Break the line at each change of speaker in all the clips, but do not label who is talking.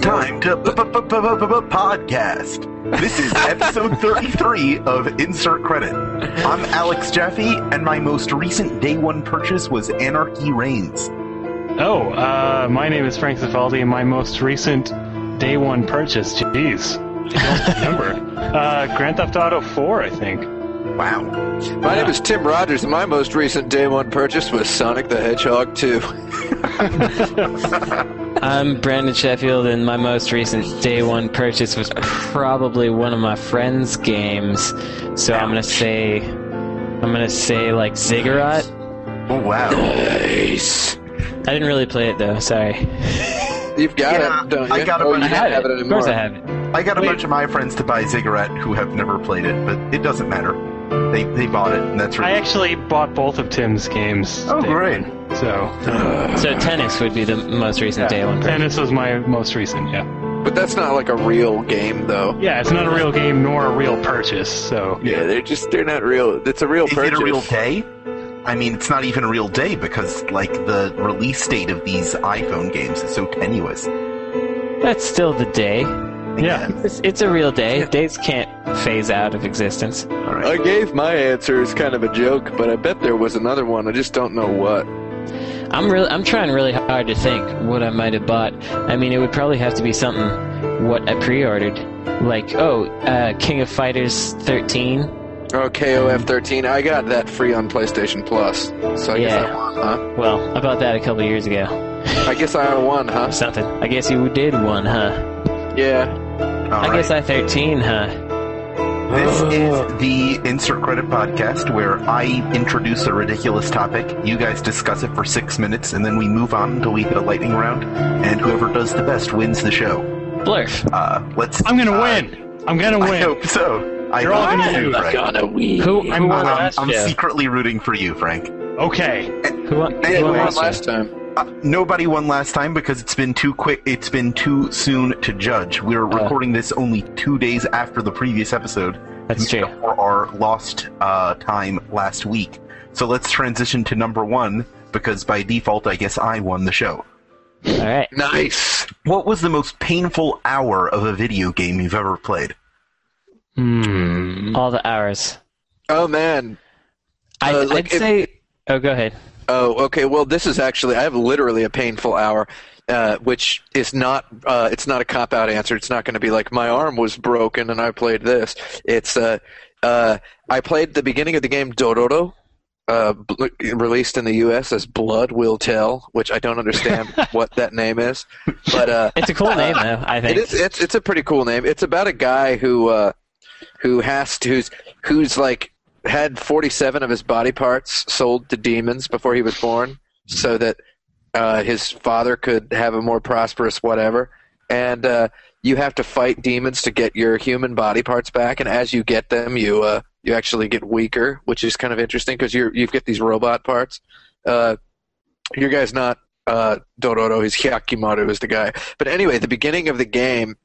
time to b- b- b- b- b- b- podcast. This is episode 33 of Insert Credit. I'm Alex Jaffe, and my most recent day one purchase was Anarchy Reigns.
Oh, uh, my name is Frank Zifaldi, and my most recent day one purchase, jeez, I don't remember. Uh, Grand Theft Auto 4, I think.
Wow.
My name is Tim Rogers, and my most recent day one purchase was Sonic the Hedgehog 2.
I'm Brandon Sheffield, and my most recent day one purchase was probably one of my friends' games. So I'm gonna say, I'm gonna say like Ziggurat.
Oh, wow.
Nice.
I didn't really play it though. Sorry.
You've got
Yeah,
it, don't you?
I got a
oh,
bunch-
you
I
don't
have
have it
it. Of
anymore.
course, I have it.
I got a
Wait.
bunch of my friends to buy Ziggurat who have never played it, but it doesn't matter. They, they bought it, and that's
I
right.
actually bought both of Tim's games.
Oh,
day
great.
one, So,
So tennis would be the most recent day one purchase.
tennis was my most recent, yeah.
But that's not like a real game, though.
Yeah, it's not a real game nor a real purchase, so.
Yeah, they're just, they're not real. It's a real
Is
purchase.
it a real day? I mean, it's not even a real day because, like, the release date of these iPhone games is so tenuous.
That's still the day.
Yeah.
It's, it's a real day. Days can't phase out of existence.
All right.
I gave my answer as kind of a joke, but I bet there was another one. I just don't know what.
I'm really, I'm trying really hard to think what I might have bought. I mean, it would probably have to be something what I pre-ordered, like oh, uh, King of Fighters 13.
Oh, KOF 13. I got that free on PlayStation Plus. So I guess I
Yeah.
won, huh?
Well, I bought that a couple years ago.
I guess I won, huh?
Something. I guess you did one, huh?
Yeah.
All
I
right.
guess I 13, huh?
This
Uh.
is the Insert Credit Podcast where I introduce a ridiculous topic, you guys discuss it for six minutes, and then we move on until we hit a lightning round, and whoever does the best wins the show.
Blurf.
Uh, let's.
I'm gonna
uh,
win! I'm gonna
I
win!
hope so. I
You're all
hope
gonna
you do,
lose.
Frank.
Gonna win.
Who, who
I'm-
won
I'm,
last
I'm
year?
secretly rooting for you, Frank.
Okay.
Who won, who
Hey,
won
who won
last year?
last time?
Uh, nobody won last time because it's been too quick. It's been too soon to judge. We're recording this only two days after the previous episode.
That's
to make
true.
up For our lost uh, time last week. So let's transition to number one because by default, I guess I won the show.
All right.
Nice.
What was the most painful hour of a video game you've ever played?
Hmm.
All the hours.
Oh man.
I,
Uh, like
I'd
if-
say. Oh, go ahead.
Oh, okay. Well, this is actually I have literally a painful hour, uh, which is not uh, it's not a cop out answer. It's not going to be like my arm was broken and I played this. It's uh, uh, I played the beginning of the game Dororo. Uh, bl- released in the U.S. as Blood Will Tell, which I don't understand what that name is, but uh,
It's a cool name, though, I think.
It is. It's it's a pretty cool name. It's about a guy who uh, who has to, who's who's like had forty seven of his body parts sold to demons before he was born, so that uh, his father could have a more prosperous whatever. And uh, you have to fight demons to get your human body parts back. And as you get them, you uh, you actually get weaker, which is kind of interesting because you you've got these robot parts. Uh, your guy's not uh, Dororo. His Hyakumaru is the guy. But anyway, the beginning of the game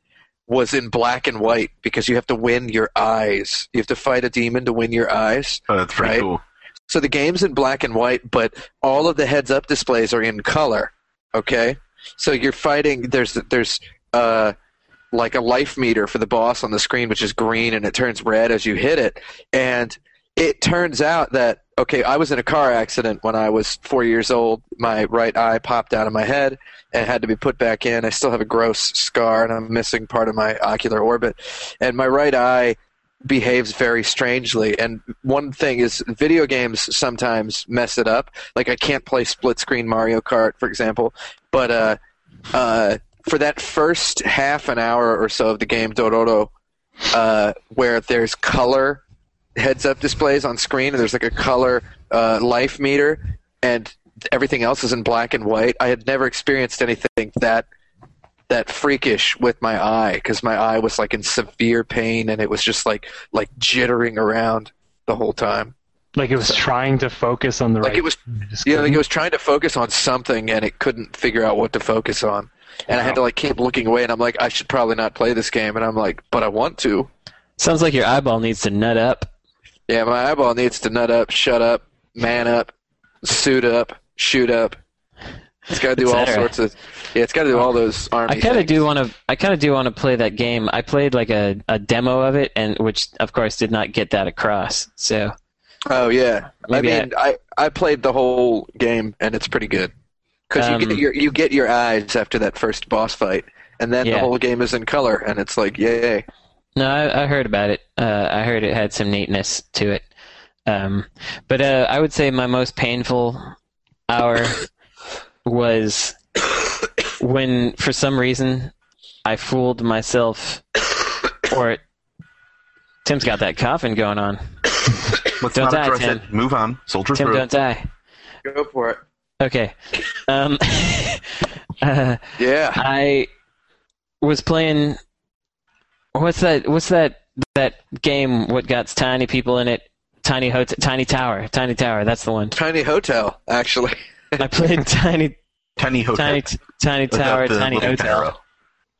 was in black and white because you have to win your eyes. You have to fight a demon to win your eyes.
Oh, that's pretty
Right.
cool.
So the game's in black and white, but all of the heads up displays are in color. Okay, so you're fighting. There's there's uh like a life meter for the boss on the screen, which is green, and it turns red as you hit it. And it turns out that okay, I was in a car accident when I was four years old. My right eye popped out of my head and had to be put back in. I still have a gross scar, and I'm missing part of my ocular orbit. And my right eye behaves very strangely. And one thing is, video games sometimes mess it up. Like I can't play split screen Mario Kart, for example. But uh, uh, for that first half an hour or so of the game Dororo, uh, where there's color heads up displays on screen, and there's like a color uh, life meter, and everything else is in black and white. I had never experienced anything that that freakish with my eye because my eye was like in severe pain and it was just like like jittering around the whole time.
Like it was trying to focus on the right. Mm-hmm.
Like it was
I just
yeah, like
couldn't.
it was trying to focus on something and it couldn't figure out what to focus on. And I had to like keep looking away and I'm like, I should probably not play this game and I'm like, but I want to.
Sounds like your eyeball needs to nut up.
Yeah, my eyeball needs to nut up, shut up, man up, suit up, shoot up. It's got to do all
Etc.
sorts of. Yeah, it's got to do all those army.
I kind of
things.
do want to. I kind of do want to play that game. I played like a, a demo of it, and which of course did not get that across. So
Oh yeah.
Maybe
I mean, I, I played the whole game and it's pretty good because you
Um,
get your you get your eyes after that first boss fight, and then
Yeah.
the whole game is in color, and it's like yay.
No, I, I heard about it. Uh, I heard it had some neatness to it. Um, but uh, I would say my most painful hour was when, for some reason, I fooled myself. Or Tim's got that coughing going on.
Let's
Don't
not
die,
address
Tim.
it. Move on. Soldier
Tim,
through.
don't die.
Go for it.
Okay. Um, uh,
Yeah.
I was playing. What's that? What's that? That game? What got tiny people in it? Tiny hotel, tiny tower, tiny tower. That's the one.
Tiny hotel actually.
I played tiny,
Tiny hotel.
tiny, t- tiny
Without
tower,
the
tiny
little
hotel,
arrow.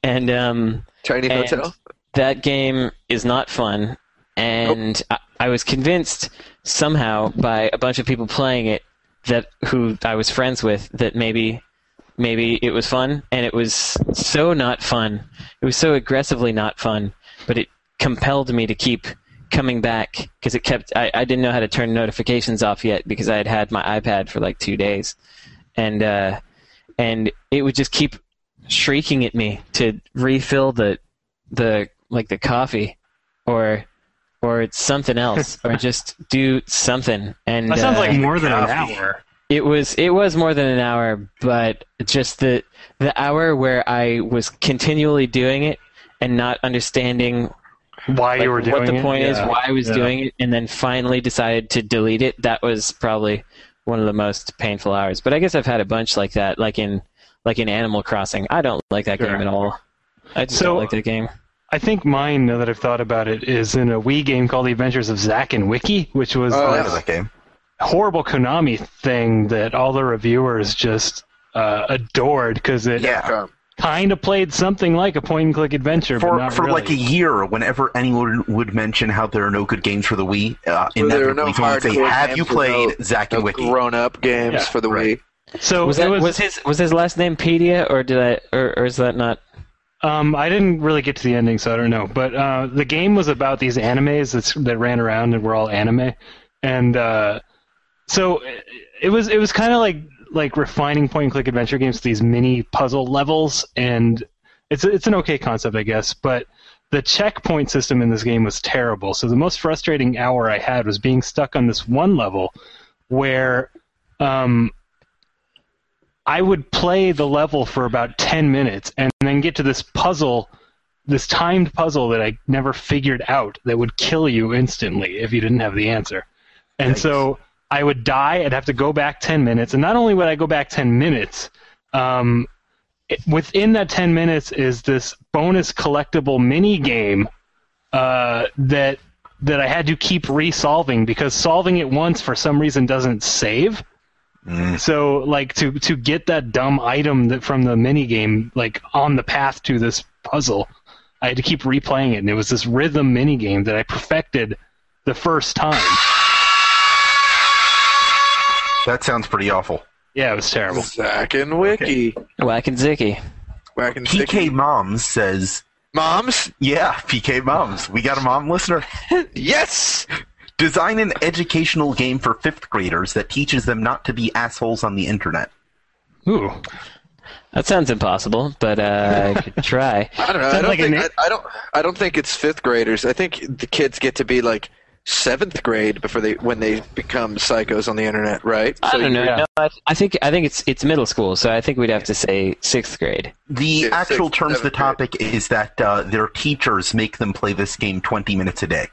and um,
Tiny
And-
hotel.
that game is not fun. And I, I was convinced somehow by a bunch of people playing it that who I was friends with that maybe maybe it was fun and it was so not fun it was so aggressively not fun but it compelled me to keep coming back because it kept I, I didn't know how to turn notifications off yet because i had had my ipad for like two days and uh, and it would just keep shrieking at me to refill the the like the coffee or or it's something else or just do something and
That sounds
uh,
like more than an
coffee.
hour.
it was it was more than an hour, but just the the hour where I was continually doing it and not understanding
Why you were
like,
doing
what the
it.
point is,
Yeah.
why I was
Yeah.
doing it, and then finally decided to delete it. That was probably one of the most painful hours. But I guess I've had a bunch like that, like in like in Animal Crossing. I don't like that
Sure.
game at all. I just
So-
don't like that game.
I think mine, now that I've thought about it, is in a Wii game called The Adventures of Zack and Wiki, which was
Oh,
I
a
know that game.
horrible Konami thing that all the reviewers just uh, adored because it
Yeah.
uh,
Um,
kind of played something like a point and click adventure. but
For,
not
for
really.
like a year, whenever anyone would mention how there are no good games for the Wii, uh,
Well, there are no
inevitably someone would say,
hardcore
"Have
games
you
with
played Zack and Wiki?"
grown up games
Yeah,
for the
right.
Wii.
so
Was
it
that
was,
was, his was his last name Pedia or did I or, or is that not
Um, I didn't really get to the ending, so I don't know. But uh, the game was about these animes that's, that ran around and were all anime, and uh, so it- it was it was kind of like like refining point and click adventure games to these mini puzzle levels, and it's it's an okay concept, I guess. But the checkpoint system in this game was terrible. So the most frustrating hour I had was being stuck on this one level where. Um, I would play the level for about 10 minutes and then get to this puzzle, this timed puzzle that I never figured out that would kill you instantly if you didn't have the answer. And so I would die. I'd have to go back 10 minutes. And not only would I go back 10 minutes, um, it- within that 10 minutes is this bonus collectible mini game uh, that that I had to keep resolving because solving it once for some reason doesn't save. So like to to get that dumb item that from the mini game like on the path to this puzzle, I had to keep replaying it, and it was this rhythm mini game that I perfected the first time.
That sounds pretty awful.
Yeah, it was terrible.
Zack and Wiki.
Whack and Zicky?
Whack and Sticky.
PK Moms says,
Moms.
"Yeah, PK Moms, we got a mom listener.
Yes.
Design an educational game for fifth graders that teaches them not to be assholes on the internet."
Ooh,
That sounds impossible, but uh, I could try.
I don't know. I
Sounds
don't,
like a
think,
na-
I, I don't. I don't think it's fifth graders. I think the kids get to be like seventh grade before they when they become psychos on the internet, right?
I don't know.
yeah.
No, I, I think I think it's it's middle school, so I think we'd have to say sixth grade.
The
Six,
actual
six,
terms of the
seven,
topic is that uh, their teachers make them play this game 20 minutes a day.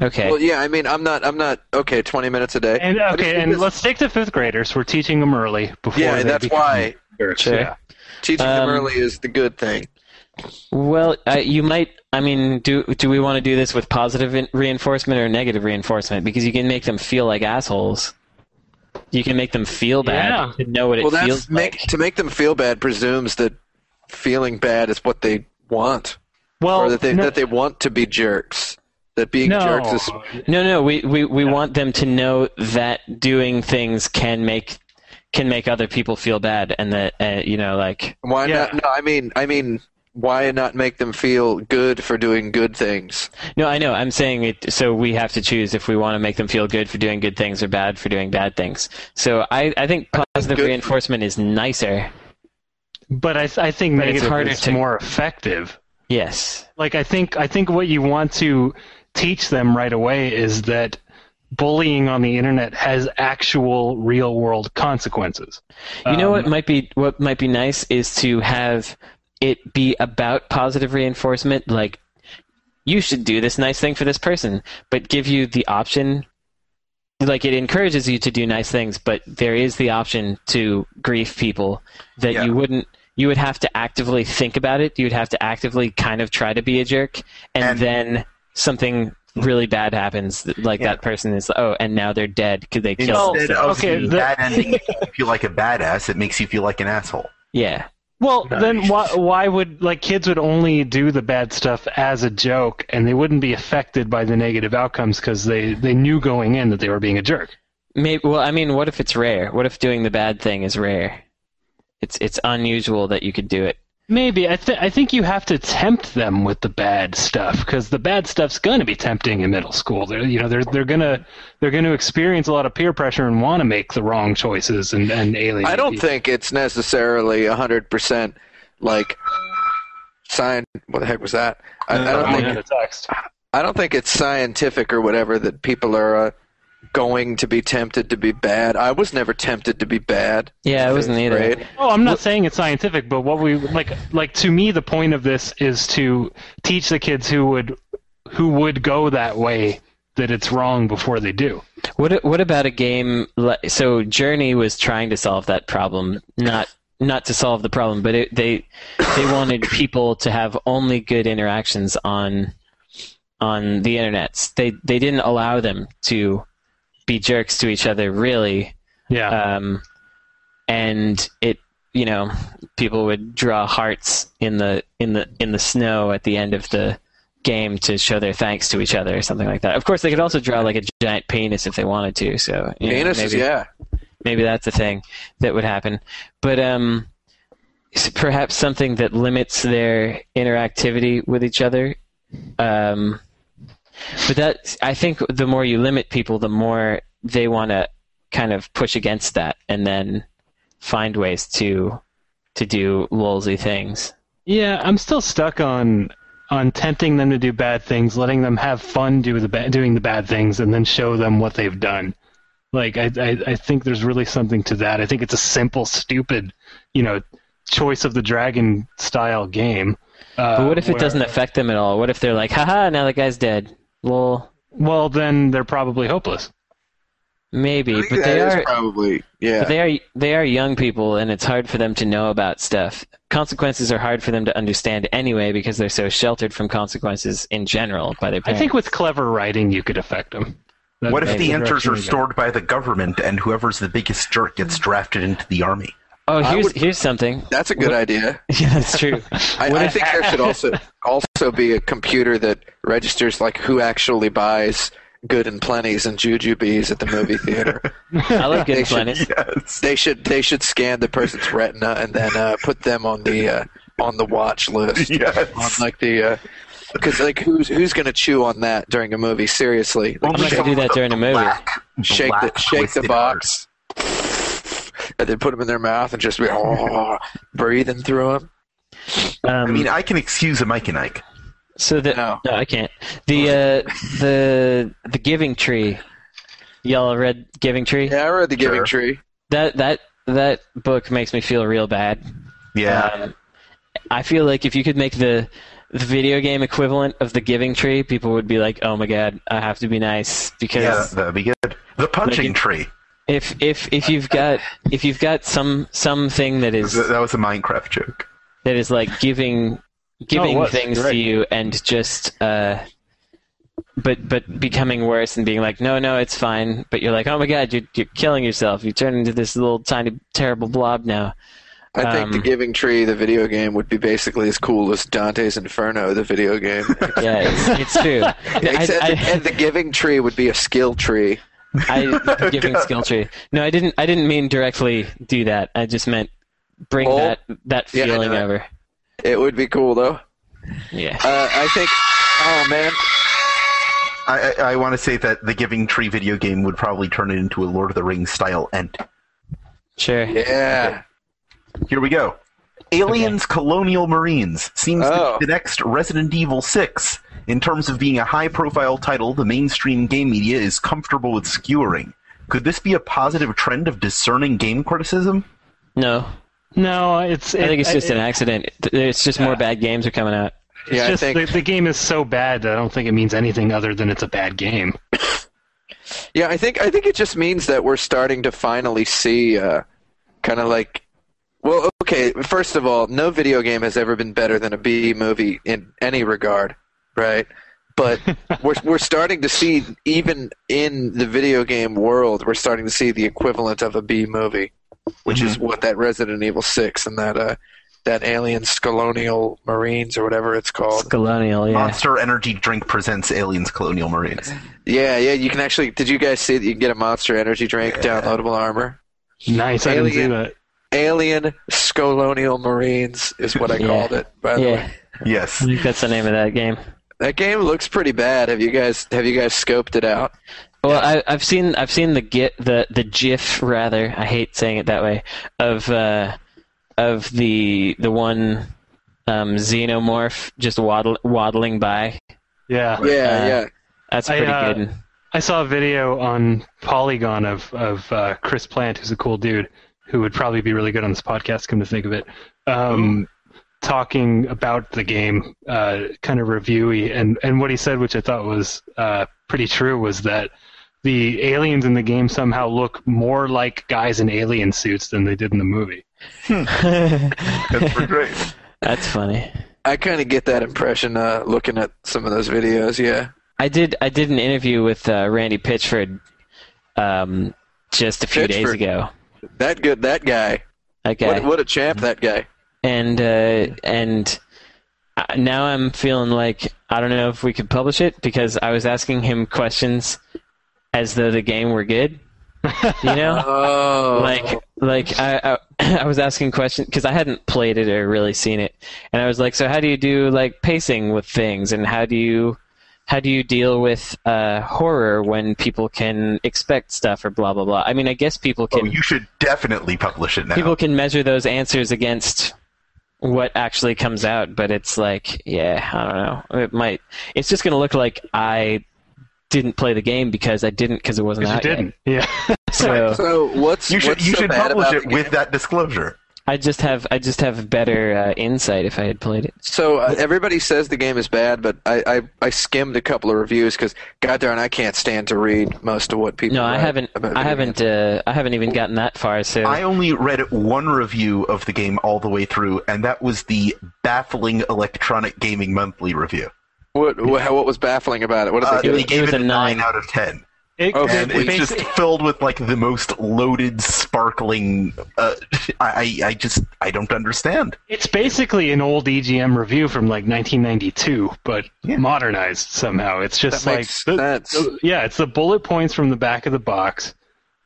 Okay.
Well, yeah. I mean, I'm not. I'm not. Okay, twenty minutes a day.
and uh,
But it's
okay, and
because-
let's stick to fifth graders. We're teaching them early before.
Yeah,
they
and that's
become-
why
Sure.
Yeah.
teaching them
Um,
early is the good thing.
Well, I, you might. I mean, do do we want to do this with positive in- reinforcement or negative reinforcement? Because you can make them feel like assholes. You can make them feel bad
Yeah.
to know what it
Well, that's
feels
make,
like.
to make them feel bad presumes that feeling bad is what they want,
Well,
or that they
no,
that they want to be jerks. That being
no.
jerks is
No, no. We we, we want them to know that doing things can make can make other people feel bad, and that uh, you know, like
Why
Yeah.
not? No, I mean, I mean, why not make them feel good for doing good things?
no, I know. I'm saying it. So we have to choose if we want to make them feel good for doing good things or bad for doing bad things. So I, I think positive
good-
reinforcement is nicer.
But I, th- I think
But it's
negative
harder
is
to-
more effective.
Yes.
Like I think I think what you want to teach them right away is that bullying on the internet has actual real world consequences.
You know what
Um,
might be what might be nice is to have it be about positive reinforcement, like you should do this nice thing for this person, but give you the option like it encourages you to do nice things, but there is the option to grief people that
Yeah.
you wouldn't you would have to actively think about it. You'd have to actively kind of try to be a jerk and,
And-
then something really bad happens that- like
Yeah.
that person is oh and now they're dead because they
Oh,
killed
Instead
themselves.
of
okay,
the
the-
bad ending, it makes you feel like a badass. It makes you feel like an asshole.
yeah
Well,
Nice.
then why why would like kids would only do the bad stuff as a joke, and they wouldn't be affected by the negative outcomes because they they knew going in that they were being a jerk.
Maybe. Well, I mean, what if it's rare? What if doing the bad thing is rare? It's it's unusual that you could do it.
Maybe I th- I think you have to tempt them with the bad stuff because the bad stuff's gonna be tempting in middle school. They're you know they're they're gonna they're gonna experience a lot of peer pressure and want to make the wrong choices and and alienate.
I don't
people.
think it's necessarily hundred percent like sign. What the heck was that? I, I don't
Oh,
think
yeah,
Uh,
the text.
I don't think it's scientific or whatever that people are uh, going to be tempted to be bad. I was never tempted to be bad.
Yeah, I wasn't either.
Right?
Oh, I'm not saying it's scientific, but what we like like to me the point of this is to teach the kids who would who would go that way that it's wrong before they do.
What what about a game? Like, so Journey was trying to solve that problem, not not to solve the problem, but it, they they wanted people to have only good interactions on on the internet. They they didn't allow them to be jerks to each other, really.
Yeah.
um, and it you know people would draw hearts in the in the in the snow at the end of the game to show their thanks to each other or something like that. Of course, they could also draw like a giant penis if they wanted to. So you know,
Penises,
maybe,
yeah.
maybe that's a thing that would happen. But um, s- perhaps something that limits their interactivity with each other. Um, but that I think the more you limit people, the more they want to kind of push against that, and then find ways to to do lolsy things.
yeah, I'm still stuck on on tempting them to do bad things, letting them have fun do the ba- doing the bad things and then show them what they've done. Like I, I I think there's really something to that. I think it's a simple stupid, you know, choice of the dragon style game. Uh,
But what if it
where-
doesn't affect them at all? What if they're like, haha, now the guy's dead. Lol.
Well, then they're probably hopeless.
Maybe,
I
but
think
they
that is
are
probably yeah.
But they are they are young people, and it's hard for them to know about stuff. Consequences are hard for them to understand anyway because they're so sheltered from consequences in general by their
I
parents.
think with clever writing, you could affect them. That-
What if
that's
the answers
direction
are
we go.
stored by the government and whoever's the biggest jerk gets drafted into the army?
oh,
I
here's
would-
here's something.
That's a good idea.
Yeah, that's true.
I, I think there should also also be a computer that registers like who actually buys good and plenties and juju bees at the movie theater.
I like
They
good
should-
planets.
Yes.
they should they should scan the person's retina and then uh, put them on the uh, on the watch list. on
Yes.
like the because like who's who's gonna chew on that during a movie? Seriously, Like,
Only
I'm not gonna do that during a movie.
Black,
shake
black
the shake the
twisted
box, and then put them in their mouth and just be oh, breathing through them.
I
Um,
mean, I can excuse a Mike and Ike.
so the
No.
no, I can't. The uh, the the giving tree, y'all read Giving Tree?
Yeah, I read the Giving
Sure.
Tree.
That that that book makes me feel real bad.
Yeah.
Um, I feel like if you could make the the video game equivalent of the giving tree, people would be like, "Oh my god, I have to be nice."
yeah,
Because
that'd be good. The punching tree.
if if if you've got if you've got some something that is
That was a Minecraft joke.
that is like giving giving
was,
things
you're right.
to you and just uh but but becoming worse and being like no no it's fine but you're like oh my god you're you're killing yourself you turn into this little tiny terrible blob now
I think the
Um,
Giving Tree, the video game, would be basically as cool as Dante's Inferno, the video game.
yeah it's, it's true I-
Except
I-
and the Giving Tree would be a skill tree.
I giving skill tree. No, I didn't. I didn't mean directly do that. I just meant bring
Oh.
that that
Yeah, I know
feeling
that.
over.
It would be cool though.
Yeah.
Uh, I think. Oh man,
I, I, I want to say that the Giving Tree video game would probably turn it into a Lord of the Rings style end.
Sure.
yeah.
Here we go. Aliens Colonial Marines seems
Oh.
to be the next Resident Evil 6. In terms of being a high profile title, the mainstream game media is comfortable with skewering. Could this be a positive trend of discerning game criticism?
No,
No, it's.
I think it's just an accident. It's just more bad games are coming out.
It's
Yeah, I
just
think-
the, the game is so bad that I don't think it means anything other than it's a bad game.
Yeah, I think I think it just means that we're starting to finally see uh, kind of like well, okay, first of all, no video game has ever been better than a B movie in any regard, right? But we're we're starting to see even in the video game world, we're starting to see the equivalent of a B movie, which is what that Resident Evil 6 and that uh that Aliens Colonial Marines or whatever it's
It's
called.
colonial, yeah.
Monster Energy Drink presents Aliens Colonial Marines.
Yeah, yeah, you can actually did you guys see that you can get a monster energy drink, downloadable armor?
Nice, I didn't see
Alien.
that.
Alien Scolonial Marines is what I
Yeah.
called it. By the
Yeah,
way,
Yes.
I think that's the name of that game.
that game looks pretty bad. Have you guys have you guys scoped it out?
Well, I, I've seen I've seen the git the the GIF rather. I hate saying it that way of uh, of the the one um, xenomorph just waddle, waddling by.
Yeah.
Yeah,
uh,
yeah.
That's
I,
pretty
uh,
good.
I saw a video on Polygon of of uh, Chris Plant, who's a cool dude who would probably be really good on this podcast. Come to think of it, um,
Mm-hmm.
talking about the game, uh, kind of reviewy, and and what he said, which I thought was uh, pretty true, was that the aliens in the game somehow look more like guys in alien suits than they did in the movie.
That's for great.
That's funny.
I kind of get that impression uh, looking at some of those videos. Yeah,
I did I did an interview with uh, Randy Pitchford um, just a few days
Pitchford.
ago.
that good. That guy.
That guy.
What, what a champ that guy.
and uh, and I- now I'm feeling like I don't know if we could publish it because I was asking him questions as though the game were good, you know.
Oh,
Like, like I, I, I was asking questions because I hadn't played it or really seen it, and I was like, "So how do you do like pacing with things, and how do you, how do you deal with uh, horror when people can expect stuff or blah blah blah?" I mean, I guess people
Oh,
can
you should definitely publish it now.
people can measure those answers against what actually comes out but it's like yeah i don't know it might it's just going to look like i didn't play the game because i didn't because it wasn't
Because you
out yet.
didn't. Yeah.
so
so what's
you should
what's
you
so
should
bad
publish
about
it
the
with
game?
that disclosure.
i just have i just have better uh, insight if i had played it
So uh, everybody says the game is bad, but I I, I skimmed a couple of reviews because goddamn, I can't stand to read most of what people.
no i
write
haven't
about
i
video
haven't uh, i haven't even gotten that far so
I only read one review of the game all the way through, and that was the baffling Electronic Gaming Monthly review.
What, what what was baffling about it? What did
Uh,
they do?
they
was- it
gave
was
it a
a
nine
nine.
out of ten,
It-
Okay.
and Oh, it's just
basi-
filled with like the most loaded, sparkling. Uh, I I I just I don't understand.
It's basically an old EGM review from like 1992, but
Yeah.
modernized somehow. It's just
That
like
makes
the-
sense.
the- yeah, it's the bullet points from the back of the box,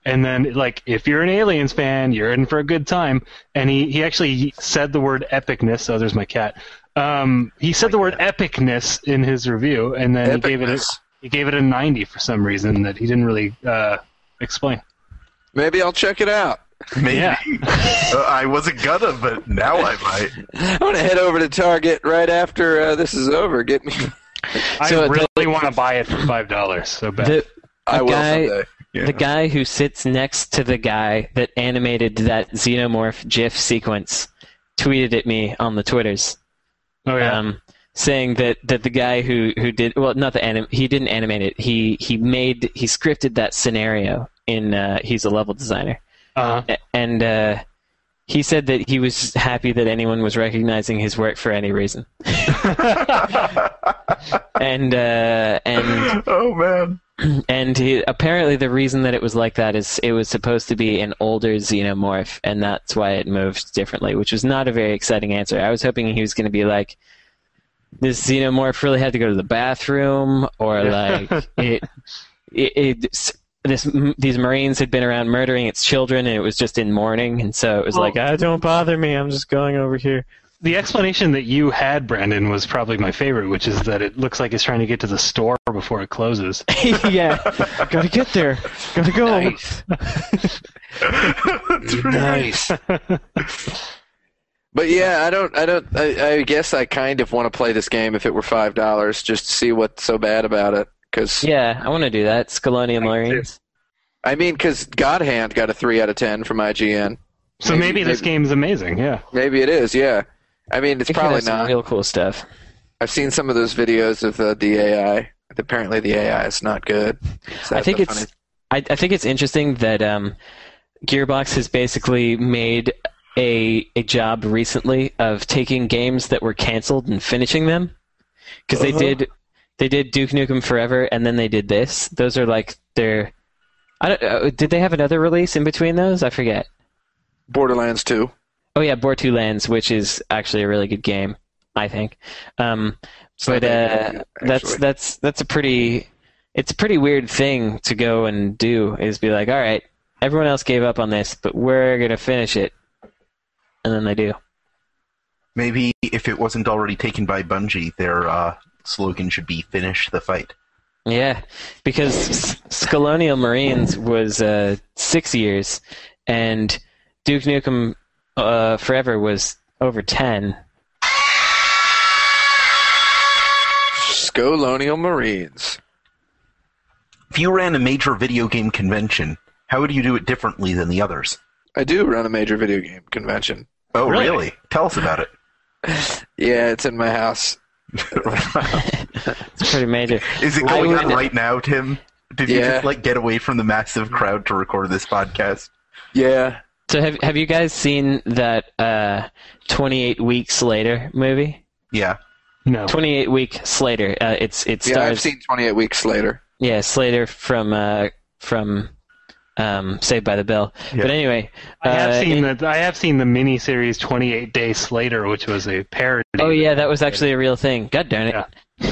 and then like if you're an Aliens fan, you're in for a good time. And he he actually said the word epicness. Oh, there's my cat. Um, he said the word epicness in his review, and then he gave it a,
Epicness.
he gave it a 90 for some reason that he didn't really uh, explain.
Maybe I'll check it out.
Maybe
Yeah.
uh, I wasn't gonna, but now I might.
I'm gonna head over to Target right after uh, this is over. Get me.
So
I
the-
really want to buy it for five dollars so bad.
the,
I
A
will
guy-
someday.
Yeah.
the guy who sits next to the guy that animated that xenomorph gif sequence tweeted at me on the twitters
oh yeah.
um, saying that, that the guy who, who did well not the anim he didn't animate it he he made he scripted that scenario in uh, he's a level designer
uh,
A- and uh, he said that he was happy that anyone was recognizing his work for any reason and uh, and
oh man.
and he, apparently the reason that it was like that is it was supposed to be an older xenomorph and that's why it moved differently which was not a very exciting answer i was hoping he was going to be like this xenomorph really had to go to the bathroom or like it, it, it this m- these Marines had been around murdering its children, and it was just in mourning, and so it was
Well-
like, ah, don't bother me, I'm just going over here.
The explanation that you had, Brandon, was probably my favorite, which is that it looks like it's trying to get to the store before it closes.
yeah, gotta get there, gotta go.
Nice. nice. But yeah, I don't, I don't, I, I guess I kind of want to play this game if it were five dollars, just to see what's so bad about it. Because
Yeah, I want to do that. Scalonian Marines.
I mean, because God Hand got a three out of ten from IGN.
So
Maybe-
maybe, this
maybe.
game's amazing. Yeah.
Maybe it is, yeah. I mean, it's
It could
probably
have some
not.
real cool stuff.
I've seen some of those videos of uh, the AI. Apparently, the AI is not good. So
I think
that's
it's
funny.
I, I think it's interesting that um, Gearbox has basically made a a job recently of taking games that were canceled and finishing them because
Uh-huh.
they did they did Duke Nukem Forever and then they did this. Those are like their I don't uh, did they have another release in between those? I forget.
Borderlands Two.
Oh yeah, Boar Two Lands, which is actually a really good game, I think. Um,
It's not
but
that
uh,
good,
that's
actually.
that's that's a pretty it's a pretty weird thing to go and do is be like, all right, everyone else gave up on this, but we're gonna finish it, and then they do.
Maybe if it wasn't already taken by Bungie, their uh, slogan should be "Finish the fight."
Yeah, because S- Scalonial Marines was uh, six years, and Duke Nukem uh, Forever was over ten.
Scholonial Marines.
If you ran a major video game convention, how would you do it differently than the others?
I do run a major video game convention.
Oh,
Really?
really? Tell us about it.
Yeah, it's in my house.
It's pretty major.
Is it
I
going on
would-
right now, Tim? Did you
Yeah.
just like get away from the massive crowd to record this podcast?
Yeah.
So have have you guys seen that uh, 28 Weeks Later movie?
Yeah.
No.
28 Week Slater. Uh, it's it
Yeah, I've
stars
seen 28 Weeks Later.
yeah Slater from uh, from um, Saved by the Bell.
Yeah.
But anyway,
I have
uh,
seen the I have seen the miniseries Twenty Eight Days Slater, which was a parody.
Oh yeah, that was actually a real thing. God darn it.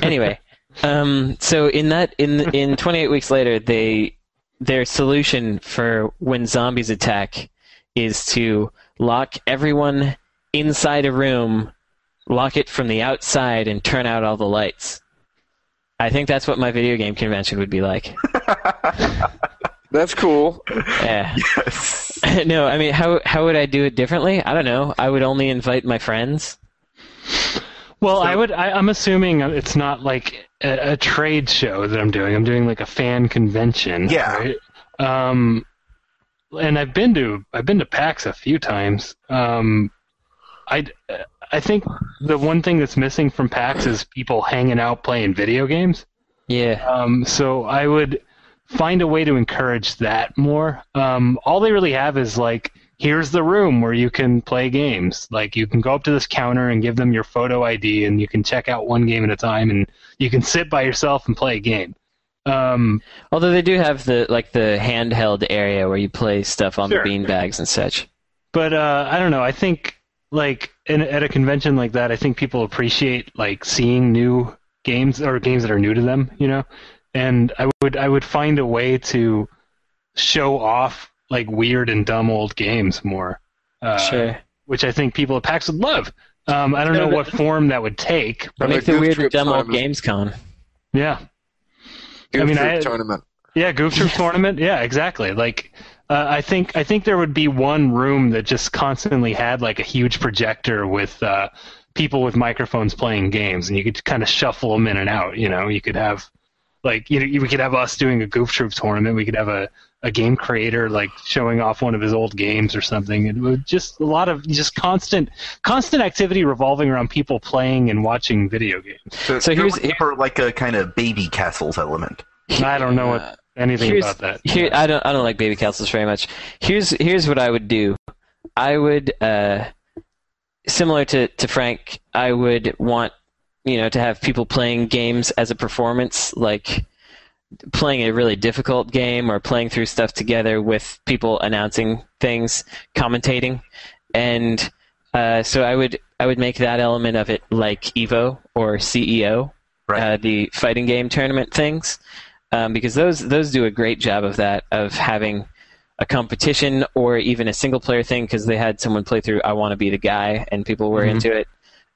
anyway, um, so in that in in 28 weeks later, they their solution for when zombies attack is to lock everyone inside a room, lock it from the outside, and turn out all the lights. I think that's what my video game convention would be like.
That's cool.
Yeah.
Yes.
no, I mean, how how would I do it differently? I don't know. I would only invite my friends.
Well, I would. I, I'm assuming it's not like a, a trade show that I'm doing. I'm doing like a fan convention.
Yeah.
right? Um, and I've been to I've been to PAX a few times. Um, I I think the one thing that's missing from PAX is people hanging out playing video games.
Yeah.
Um, so I would find a way to encourage that more. Um, all they really have is like, here's the room where you can play games. Like you can go up to this counter and give them your photo ID, and you can check out one game at a time, and you can sit by yourself and play a game. Um,
Although they do have the like the handheld area where you play stuff on
Sure.
the beanbags and such.
but uh, I don't know. I think like in, at a convention like that, I think people appreciate like seeing new games or games that are new to them. You know, and I would I would find a way to show off like weird and dumb old games more. Uh,
sure.
Which I think people at PAX would love. Um, I don't know what form that would take. But
Make
the
the
Goof
weird and
Troop
dumb old
tournament.
games con.
yeah.
Goof
I mean,
Troop
I-
tournament.
Yeah, Goof Troop tournament. Yeah, exactly. Like, uh, I think I think there would be one room that just constantly had like a huge projector with uh, people with microphones playing games, and you could kind of shuffle them in and out. You know, you could have like you know, you- we could have us doing a Goof Troop tournament. We could have a a game creator like showing off one of his old games or something. It would just a lot of just constant constant activity revolving around people playing and watching video games.
So,
So
you're
here's-
looking for like a kind of baby castles element.
I don't know
Uh,
what anything
here's-
about that.
Here, I don't I don't like baby councils very much. Here's here's what I would do. I would uh, similar to, to Frank. I would want you know to have people playing games as a performance, like playing a really difficult game or playing through stuff together with people announcing things, commentating, and uh, so I would I would make that element of it like Evo or E CEO,
Right.
uh, the fighting game tournament things. um, because those those do a great job of that of having a competition or even a single player thing because they had someone play through I want to be the guy and people were
Mhm.
into it.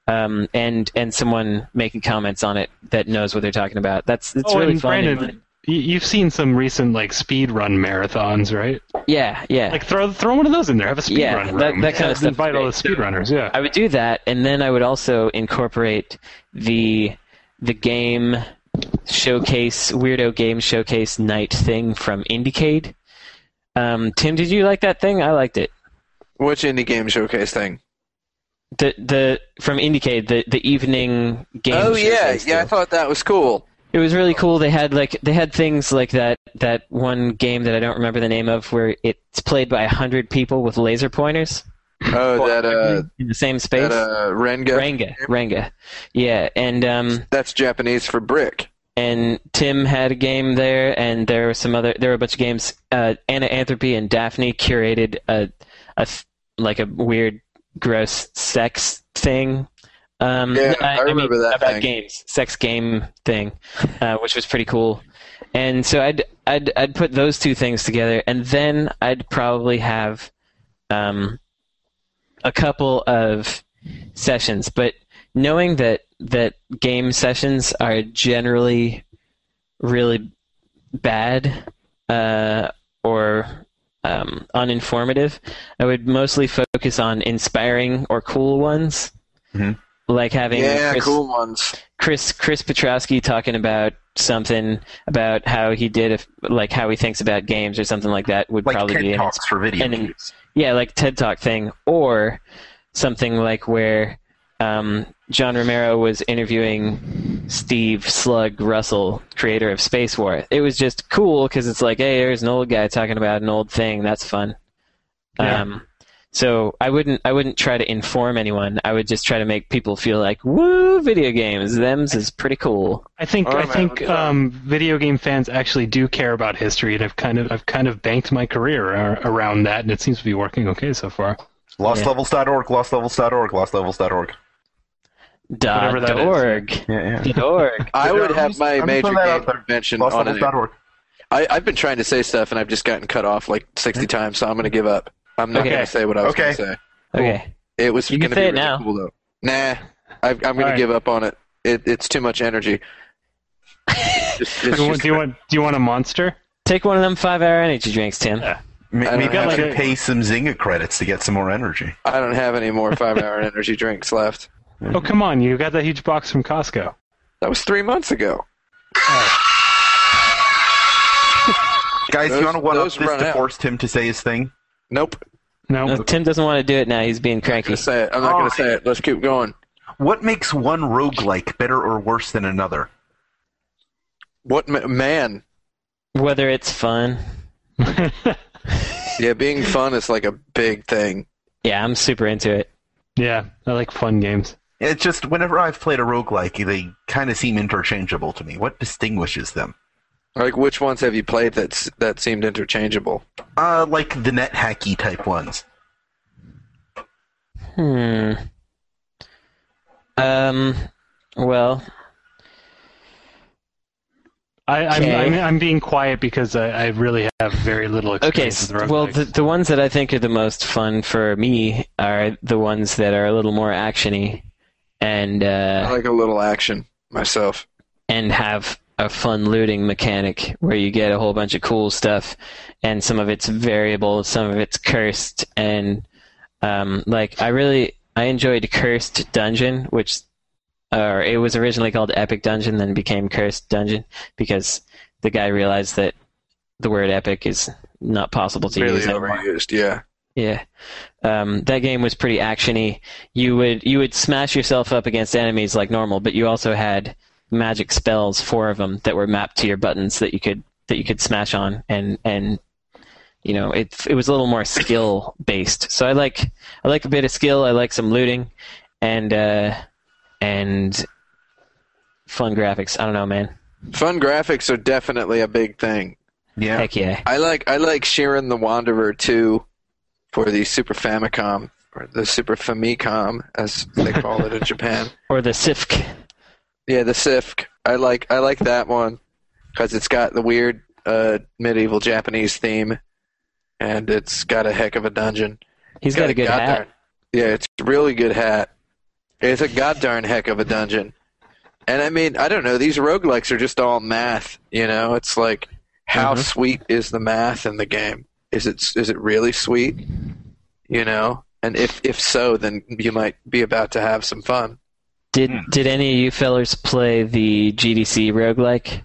Um, and and someone making comments on it that knows what they're talking about. That's it's
Oh,
really
and
fun. and
Brandon, y- You've seen some recent like speed run marathons, right?
fun. yeah, yeah.
Like throw throw one of those in there. Have a speed
Yeah,
run
that-
room.
that kinda stuff's
Invite all the
great.
speed runners. Yeah.
I would do that, and then I would also incorporate the the game showcase weirdo game showcase night thing from Indiecade. Um, Tim, did you like that thing? I liked it.
Which indie game showcase thing?
The the from Indiecade the the evening game.
oh yeah,
showcase
yeah. I
deal.
thought that was cool.
It was really cool. They had like they had things like that that one game that I don't remember the name of where it's played by hundred people with laser pointers
Oh, that uh,
in the same space.
that uh, Renga.
Ranga, Ranga, yeah, and um.
That's Japanese for brick.
and Tim had a game there, and there were some other. There were a bunch of games. Uh, Anna Anthropy and Daphne curated a, a th- like a weird, gross sex thing. Um,
Yeah, I remember that
about
thing.
games, sex game thing, uh, which was pretty cool. And so I'd I'd I'd put those two things together, and then I'd probably have um, a couple of sessions, but knowing that that game sessions are generally really bad uh, or um, uninformative, I would mostly focus on inspiring or cool ones,
Mhm.
like having
Yeah,
Chris,
cool ones.
Chris Chris Petrowski talking about something about how he did if, like how he thinks about games or something like that would
like
probably
TED
be an
talks for video
and in-
games.
yeah, like TED Talk thing, or something like where um, John Romero was interviewing Steve Slug Russell, creator of Space War. It was just cool because it's like, hey, there's an old guy talking about an old thing. That's fun.
Yeah.
Um, so I wouldn't, I wouldn't try to inform anyone. I would just try to make people feel like, woo, video games. Them's is pretty cool.
I think
All right,
I
man,
think
let's go.
um, video game fans actually do care about history, and I've kind of I've kind of banked my career ar- around that, and it seems to be working okay so far.
Lostlevels.org, lostlevels.org, lostlevels.org.
Dot
Whatever that is.
org.
Yeah,
Dot org.
I would
I'm
have
just-
my
I'm
major
putting that
game
out there.
convention on it.
Lostlevels.org.
I, I've been trying to say stuff and I've just gotten cut off like 60 times, so I'm going to give up. I'm not
Okay.
going to say what I was
Okay.
going to say.
Okay.
It was
You
going
can
to
say
be
it
really
now.
cool though. Nah, I, I'm going
All
to
right.
give up on it. it. It's too much energy. It's just- it's
Do you, want,
just-
do you want do you want a monster?
Take one of them five-hour energy drinks, Tim.
Ma-
don't
Maybe
have
I should
it.
pay some Zynga credits to get some more energy.
I don't have any more five-hour energy drinks left.
Oh come on, you got that huge box from Costco.
That was three months ago.
Guys,
Those-
you want to one up
those
this
run
to
out.
force Tim to say his thing?
Nope.
No,
No, Tim doesn't want to do it now. He's being
I'm
cranky.
going to say it. I'm not going
Alright.
to say it. Let's keep going.
What makes one roguelike better or worse than another?
What ma- man?
Whether it's fun.
Yeah, being fun is like a big thing.
Yeah, I'm super into it.
yeah, I like fun games.
It's just whenever I've played a roguelike, they kind of seem interchangeable to me. What distinguishes them?
Like, which ones have you played that's that seemed interchangeable?
Uh, like the net hacky type ones.
Hmm. Um. Well,
I, I'm,
Okay.
I'm I'm being quiet because I, I really have very little
okay.
experience
s-
with roguelikes.
Well, the, the ones that I think are the most fun for me are the ones that are a little more actiony, and
I
uh,
like a little action myself.
and have a fun looting mechanic where you get a whole bunch of cool stuff, and some of it's variable, some of it's cursed, and um, like I really I enjoyed Cursed Dungeon, which or it was originally called Epic Dungeon, then became Cursed Dungeon because the guy realized that the word epic is not possible to
Really
use anymore.
overused. Yeah.
Yeah. Um, that game was pretty actiony. You would you would smash yourself up against enemies like normal, but you also had magic spells, four of them that were mapped to your buttons that you could that you could smash on, and and you know it it was a little more skill based. So I like I like a bit of skill. I like some looting, and uh, and fun graphics. I don't know, man.
Fun graphics are definitely a big thing.
Yeah.
Heck yeah.
I like I like Sheeran the Wanderer too, for the Super Famicom or the Super Famicom as they call it in Japan.
Or the Sifk.
Yeah, the SIFC. I like I like that one. because it's got the weird uh, medieval Japanese theme, and it's got a heck of a dungeon.
He's got a good
god
hat.
darn- yeah, it's a really good hat. It's a goddamn heck of a dungeon. And I mean, I don't know. These roguelikes are just all math. You know, it's like how
Mhm.
sweet is the math in the game? Is it is it really sweet? You know, and if if so, then you might be about to have some fun.
Did
Hmm.
did any of you fellers play the GDC roguelike?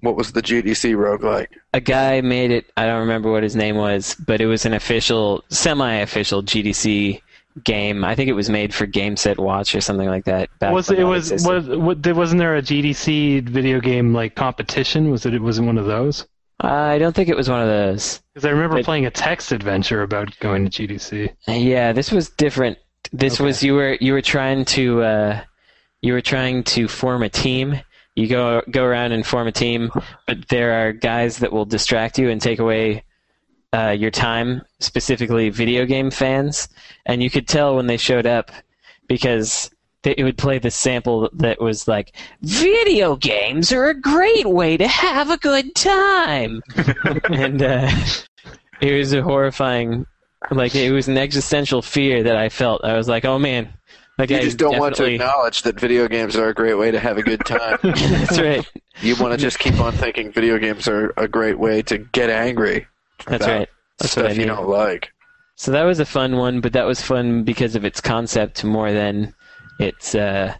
What was the GDC roguelike?
A guy made it. I don't remember what his name was, but it was an official, semi-official GDC game. I think it was made for Game Set Watch or something like that. back
was
when
it
that
was
existed.
was what, there- wasn't there a GDC video game like competition? Was it it wasn't one of those?
Uh, I don't think it was one of those.
Because I remember
But-
playing a text adventure about going to GDC.
Yeah, this was different. This
Okay.
was you were you were trying to uh, you were trying to form a team. You go go around and form a team, but there are guys that will distract you and take away uh, your time, specifically video game fans. And you could tell when they showed up because they, it would play the sample that was like, "Video games are a great way to have a good time," and uh, it was a horrifying like it was an existential fear that I felt. I was like, "Oh man, like
You
I
just don't want to
definitely-
acknowledge that video games are a great way to have a good time.
That's right.
you want to just keep on thinking video games are a great way to get angry.
That's
about
right. That's
stuff
what I
you
mean.
don't like.
So that was a fun one, but that was fun because of its concept more than its uh,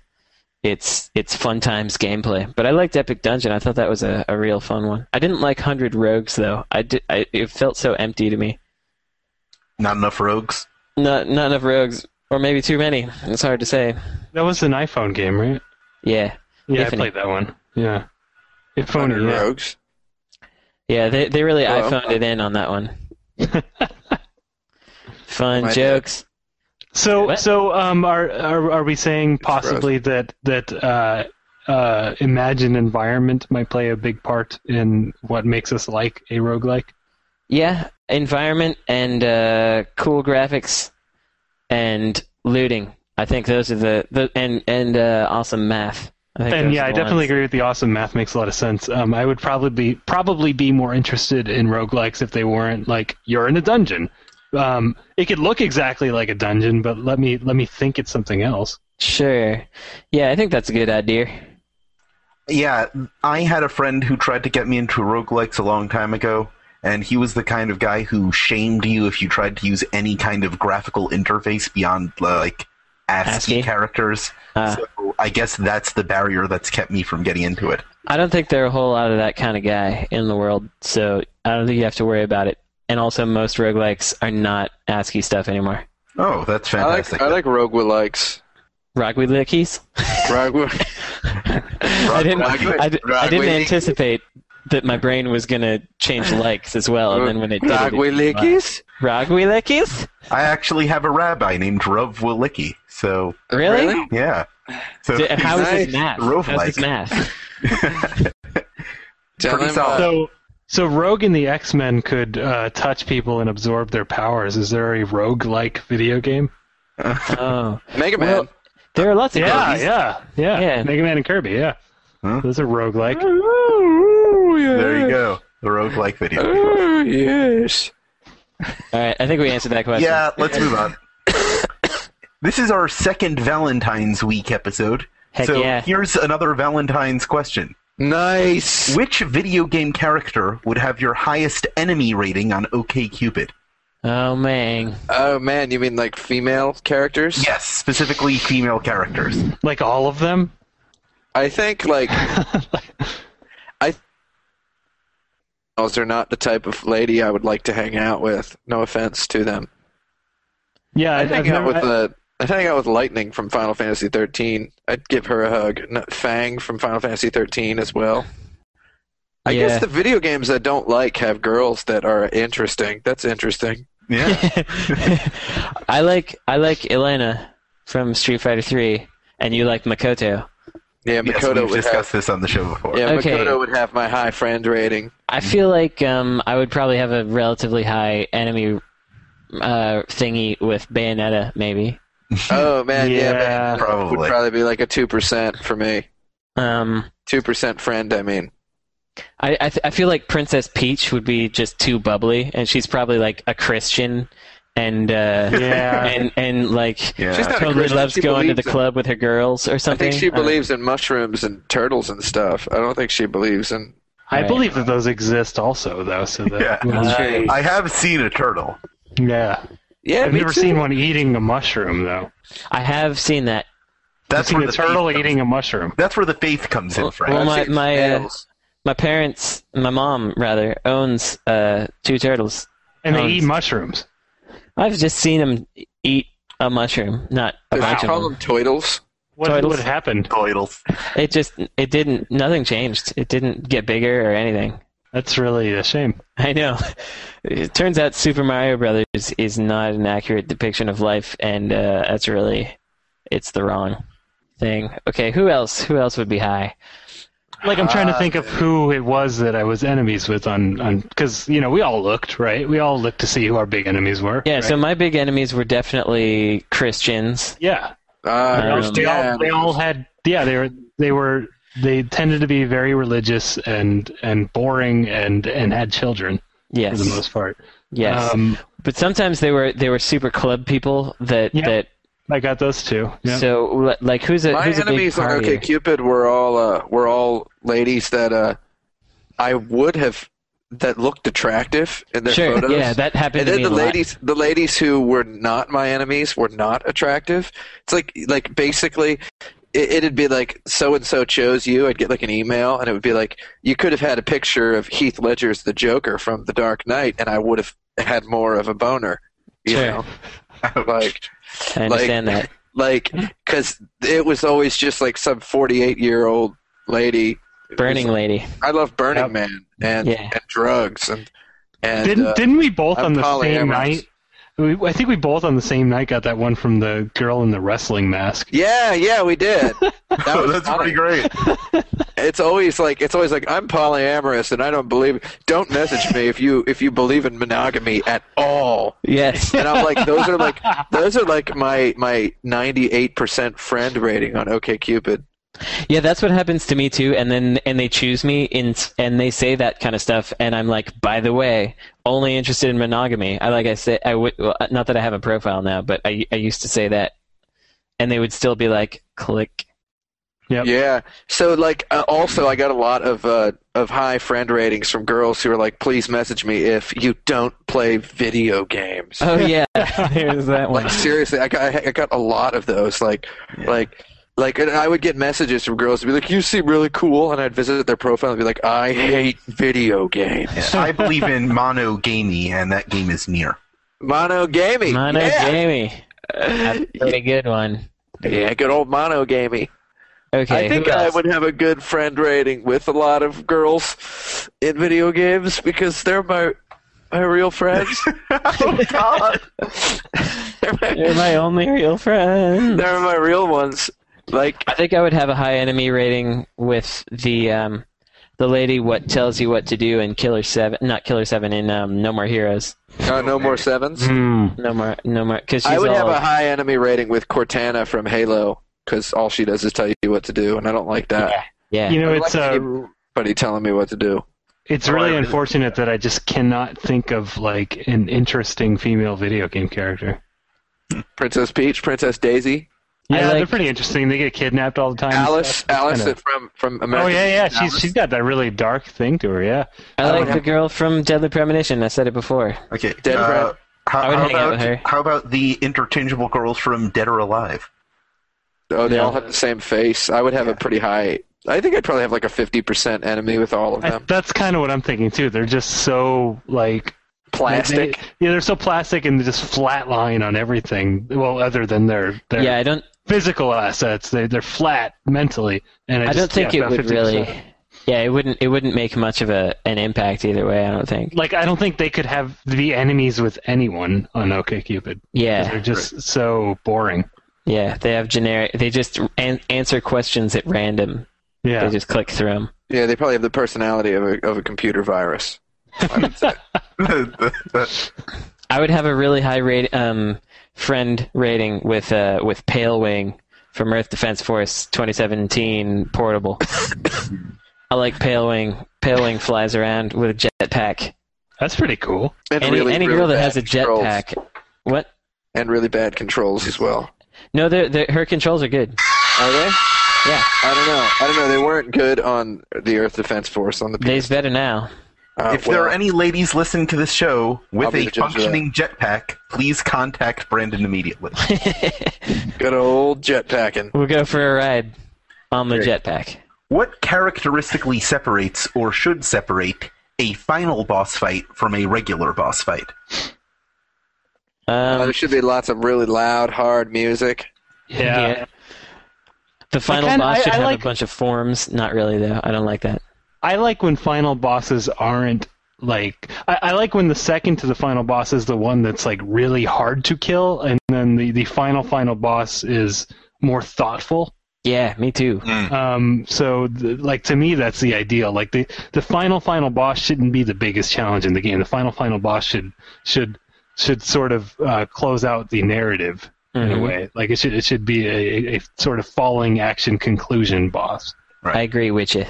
its its fun times gameplay. But I liked Epic Dungeon. I thought that was a, a real fun one. I didn't like Hundred Rogues though. I, did, I it felt so empty to me.
Not enough rogues.
Not not enough rogues, or maybe too many. It's hard to say.
That was an iPhone game, right?
Yeah,
Yeah,
Epiphany.
I played that one. Yeah, it
Under
phoned yeah.
rogues.
yeah. They they really
Well,
iPhoned it in on that one. fun
Might-
jokes.
So,
What?
so um, are, are are we saying
gross.
possibly that that uh, uh, imagined environment might play a big part in what makes us like a roguelike?
Yeah, environment and uh, cool graphics and looting. I think those are the, the and and uh, awesome math. I think
And
those
yeah,
are
I
the
definitely
ones.
agree with the awesome math makes a lot of sense. Um, I would probably be probably be more interested in roguelikes if they weren't like you're in a dungeon. Um, it could look exactly like a dungeon, but let me let me think it's something else.
Sure. Yeah, I think that's a good idea.
Yeah, I had a friend who tried to get me into roguelikes a long time ago, and he was the kind of guy who shamed you if you tried to use any kind of graphical interface beyond uh, like ASCII,
ASCII?
characters.
Uh,
so I guess that's the barrier that's kept me from getting into it.
I don't think there are a whole lot of that kind of guy in the world, so I don't think you have to worry about it. And also, most roguelikes are not ASCII stuff anymore.
Oh, that's
I like
fantastic.
I like roguelikes.
Roguelikes?
Rogue-
I didn't. I, d- I didn't
Roguelikes.
anticipate that my brain was gonna change likes as well, and then when it did, it-
Roguelikes?
Roguelikis?
I actually have a rabbi named Rav Willicki, so
Really?
Really?
yeah. So
D- How is
Nice.
his math?
Roguelike.
How's his math?
Tell
Pretty
him,
solid.
uh,
So, so Rogue and the X Men could uh, touch people and absorb their powers. Is there a rogue-like video game?
Oh,
Mega Man.
Well, there are lots of
Yeah,
these.
yeah, yeah,
Yeah.
Mega Man and Kirby. Yeah,
Huh?
those are rogue-like.
there you go. The roguelike video.
Oh, yes.
All right, I think we answered that question.
Yeah, let's move on. This is our second Valentine's Week episode.
Heck
so
yeah.
here's another Valentine's question.
Nice.
Which video game character would have your highest enemy rating on OKCupid?
Oh man,
Oh man, you mean like female characters?
Yes, specifically female characters.
Like all of them.
I think like I those are not the type of lady I would like to hang out with. No offense to them.
Yeah,
I'd
I've
hang out
never-
with uh, I'd hang out with Lightning from Final Fantasy 13. I'd give her a hug. No, Fang from Final Fantasy 13 as well. I
Yeah.
guess the video games I don't like have girls that are interesting. That's interesting.
Yeah.
I like I like Elena from Street Fighter Three, and you like Makoto.
Yeah,
yes,
Makoto
we've
would have.
discussed this on the show before.
Yeah,
Okay.
Makoto would have my high friend rating.
I feel like um, I would probably have a relatively high enemy uh, thingy with Bayonetta, maybe.
Oh man, yeah,
Yeah,
man. would
Probably.
probably be like a two percent for me.
Um,
Two percent friend, I mean.
I I, th- I feel like Princess Peach would be just too bubbly, and she's probably like a Christian, and uh,
Yeah.
and and like
Yeah.
She's not a
totally
Christian.
Uh, loves
She
going to the
believes in-
club with her girls or
I
something.
think she
Uh,
believes in mushrooms and turtles and stuff. I don't think she believes in.
I
Right.
believe that those exist also, though. So
Yeah.
that
That's
yeah,
true.
I have seen a turtle.
Yeah,
I've
me
never
too.
seen one eating a mushroom though.
I have seen that.
I've
That's
seen
where
a
the
turtle
faith comes-
eating a mushroom.
That's where the faith comes
Oh,
in, Frank.
Well,
I've
my-
seen
my, uh,
snails.
My parents, my mom rather, owns uh, two turtles.
And they
Oh,
eat
it's-
mushrooms.
I've just seen them eat a mushroom, not a
Does
bunch
she
of
call
them.
them toidles?
What
Turtles.
would happen?
Coitals.
It just, it didn't, nothing changed. It didn't get bigger or anything.
That's really a shame.
I know. It turns out Super Mario Brothers is not an accurate depiction of life, and uh, that's really, it's the wrong thing. Okay, who else? Who else would be high?
Like I'm
Uh,
trying to think of who it was that I was enemies with on on because you know we all looked right. We all looked to see who our big enemies were.
Yeah.
right?
So my big enemies were definitely Christians.
yeah.
Uh,
Um,
they, all, they all had yeah they were they were they tended to be very religious and and boring and and had children
Yes.
for the most part.
yes.
Um,
but sometimes they were they were super club people that
Yeah.
that.
I got those two. Yeah.
So li- like who's a
my
who's a big
enemies on
party?
OkCupid were all uh, were all ladies that uh, I would have that looked attractive in their
Sure.
photos.
Yeah, that happened
and
to
then
me
the
a lot.
ladies the ladies who were not my enemies were not attractive it's like like basically it, it'd be like so and so chose you i'd get like an email and it would be like you could have had a picture of heath ledger's the joker from the dark knight and i would have had more of a boner you
Sure.
know
Oh,
like
I understand
like-
that.
like because it was always just like some 48 year old lady
Burning lady.
i love burning
Yep.
man and,
Yeah.
and drugs and and
didn't
uh,
didn't we both
I'm
on the
polyamorous.
same night? We, I think we both on the same night got that one from the girl in the wrestling mask.
yeah yeah we did that
Oh,
was
that's
funny.
pretty great.
it's always like it's always like I'm polyamorous and I don't believe. Don't message me if you if you believe in monogamy at all.
Yes.
And I'm like, those are like those are like my my 98 percent friend rating on OkCupid.
Yeah, that's what happens to me too. And then and they choose me in and they say that kind of stuff, and I'm like, by the way, only interested in monogamy. I like I say I would well, not that I have a profile now, but I I used to say that, and they would still be like, click.
Yep.
Yeah. So like, uh, also I got a lot of uh, of high friend ratings from girls who are like, please message me if you don't play video games.
Oh yeah, there's that one.
Like seriously, I got I got a lot of those. Like, like, like, and I would get messages from girls to be like, "You seem really cool," and I'd visit their profile and be like, "I hate video games."
I believe in monogamy, and that game is near.
Monogamey.
Mono
yeah.
Jamie, that's a pretty good one.
yeah, good old monogamey.
Okay,
I think
who
I
else?
would have a good friend rating with a lot of girls in video games because they're my my real friends. oh God, they're, my,
You're my only real friend.
they're my real ones. Like,
I think I would have a high enemy rating with the um, the lady what tells you what to do in Killer Seven, not Killer Seven in um, No More Heroes,
uh, no more sevens.
Hmm.
No More No More because Mm, she's
I would
all
have a high enemy rating with Cortana from Halo because all she does is tell you what to do, and I don't like that.
yeah.
You know,
I'd like
it's
to
uh,
see- Buddy telling me what to do.
it's
Oh, I
really
really-
unfortunate that I just cannot think of like an interesting female video game character.
Princess Peach, Princess Daisy,
I
Yeah, they're
like-
pretty interesting. They get kidnapped all the time. and
Alice,
stuff. It's
Alice
kinda-
from from
Oh
American.
yeah, yeah. She's
Alice.
she's got that really dark thing to her. Yeah.
I
I
like
would
the
have-
girl from Deadly Premonition. I said it before.
Okay.
Dead
uh,
Brad.
How,
I would
how
hang out
about,
with her.
how about the interchangeable girls from Dead or Alive?
Oh, they
Yeah.
all have the same face. I would have a pretty high. I think I'd probably have like a fifty percent enemy with all of
I,
them.
that's kind of what I'm thinking too. They're just so like they-
Plastic.
they- yeah, they're so plastic and they just flat line on everything. Well, other than their their
Yeah, I don't.
physical assets, they they're flat mentally. And I,
I,
just,
don't think
yeah,
it
about
would
50%.
really. Yeah, it wouldn't. It wouldn't make much of a an impact either way. I don't think.
Like I don't think they could have be enemies with anyone on OkCupid. 'cause
Yeah,
They're just so boring.
yeah. They have generic. They just an- answer questions at random.
Yeah.
They just click through them.
yeah, they probably have the personality of a of a computer virus. I would say. Uh,
I would have a really high rate, um, friend rating with uh, with Pale Wing from Earth Defense Force 2017 portable. I like Pale Wing. Pale Wing flies around with a jetpack.
That's pretty cool.
And
Any,
really,
any
really
girl that
bad
has a
controls.
jetpack. What?
and really bad controls as well.
No, they're, they're, her controls are good.
Are they?
Yeah,
I don't know. I don't know. They weren't good on the Earth Defense Force on the.
they's better now.
uh,
if there are
well,
any ladies listening to this show
I'll
with
be
a
the judge of that.
functioning jetpack, please contact Brandon immediately.
good old jetpacking.
We'll go for a ride on the jetpack.
What characteristically separates or should separate a final boss fight from a regular boss fight?
Uh,
Um,
there should be lots of really loud, hard music.
Yeah.
The final
kinda-
boss
I-
should
I
have
like-
a bunch of forms. Not really though. I don't like that.
I like when final bosses aren't like I, I like when the second to the final boss is the one that's like really hard to kill and then the, the final final boss is more thoughtful
Yeah, me too.
um so th like to me that's the ideal like the the final final boss shouldn't be the biggest challenge in the game the final final boss should should should sort of uh, close out the narrative in a
Mhm.
way like it should it should be a, a, a sort of falling action conclusion boss
Right.
I agree with you.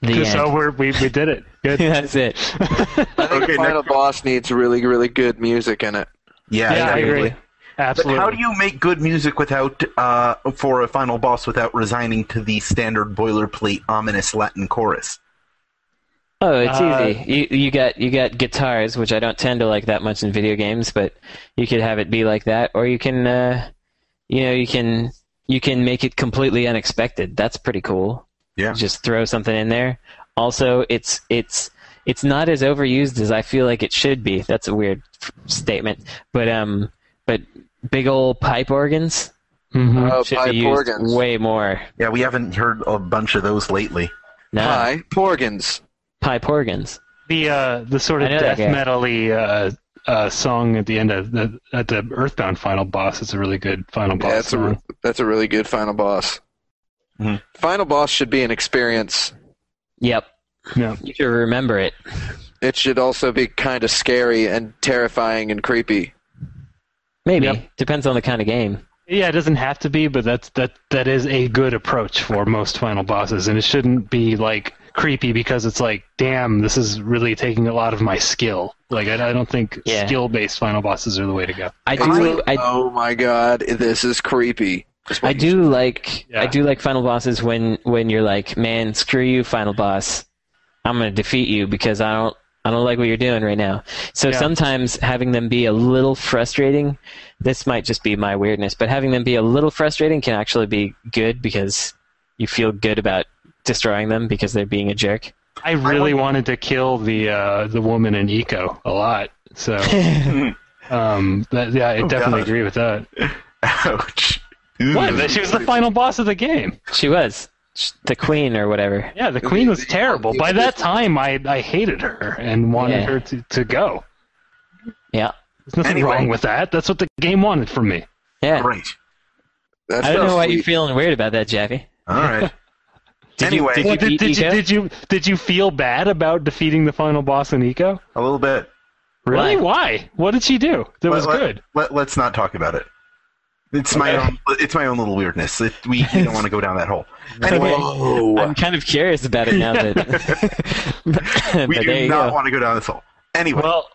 The end.
so oh, we're, we we did it good
That's it.
I think
Okay,
the final boss needs really, really good music in it.
Yeah,
Yeah, I
definitely.
agree. Absolutely.
But how do you make good music without uh, for a final boss without resigning to the standard boilerplate ominous Latin chorus?
Oh, it's
Uh,
easy. You you got you got guitars, which I don't tend to like that much in video games, but you could have it be like that, or you can, uh, you know, you can you can make it completely unexpected. That's pretty cool.
Yeah.
Just throw something in there. Also, it's it's it's not as overused as I feel like it should be. That's a weird f- statement, but um, but big old pipe organs
Mhm.
Oh,
should
pipe
be used
organs.
way more.
Yeah, we haven't heard a bunch of those lately.
No,
Hi, Porgans.
pipe organs.
the uh, the sort of
I know that
death
guy.
metal-y uh, uh, song at the end of the at the Earthbound final boss is a really good final boss
Yeah, that's a
song.
re- that's a really good final boss.
Mhm.
Final boss should be an experience.
Yep.
Yeah.
You should remember it.
It should also be kind of scary and terrifying and creepy.
Maybe
Yep.
depends on the kind of game.
yeah, it doesn't have to be, but that's that that is a good approach for most final bosses, and it shouldn't be like creepy because it's like, damn, this is really taking a lot of my skill. Like I, I don't think
Yeah.
skill-based final bosses are the way to go.
I
It's
do.
like,
I,
oh my god, this is creepy.
I do like.
Yeah.
I do like final bosses when when you're like, man, screw you, final boss. I'm gonna defeat you because I don't. I don't like what you're doing right now. So
Yeah.
sometimes having them be a little frustrating, this might just be my weirdness, but having them be a little frustrating can actually be good because you feel good about destroying them because they're being a jerk.
I really wanted to kill the uh, the woman in Eco a lot, so um, that, yeah, I definitely
God.
agree with that.
Ouch. Ooh.
What? That She was the final boss of the game.
She was sh- the queen or whatever.
Yeah, the queen was terrible. By that time, I, I hated her and wanted
Yeah.
her to, to go.
Yeah.
There's nothing
Anyway.
wrong with that. That's what the game wanted from me.
Yeah.
Great.
That's
I don't
so
know why
sweet.
you're feeling weird about that, Jaffe.
All right.
Did you-
anyway,
did
Well,
you-
did,
beat
did, you,
Eco?
did you did you feel bad about defeating the final boss in Eco?
a little bit.
Really?
Why?
Why? What did she do? That was
let,
good.
Let, us not talk about it. It's my
Okay.
own. It's my own little weirdness. It, we, we don't want to go down that hole. Anyway,
I'm kind of curious about it now that. but
we
there
do
you
not
go.
want to go down this hole. Anyway,
Well,
All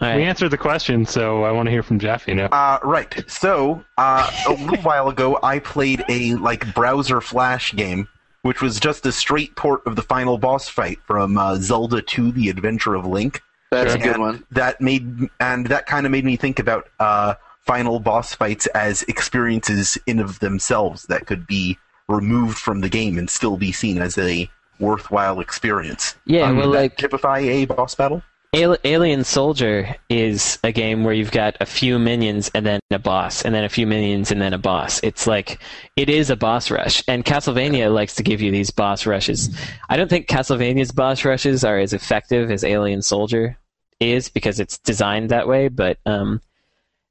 right.
we answered the question, so I want to hear from Jeffy now.
Uh, right. So uh, a little while ago, I played a like browser flash game, which was just a straight port of the final boss fight from uh, Zelda 2: The Adventure of Link.
That's a
and
good one.
That made and that kind of made me think about uh, final boss fights as experiences in of themselves that could be removed from the game and still be seen as a worthwhile experience.
Yeah,
Um,
well,
that
like-
typify a boss battle.
Al- Alien Soldier is a game where you've got a few minions and then a boss, and then a few minions and then a boss. It's like it is a boss rush, and Castlevania likes to give you these boss rushes. I don't think Castlevania's boss rushes are as effective as Alien Soldier is because it's designed that way, but um,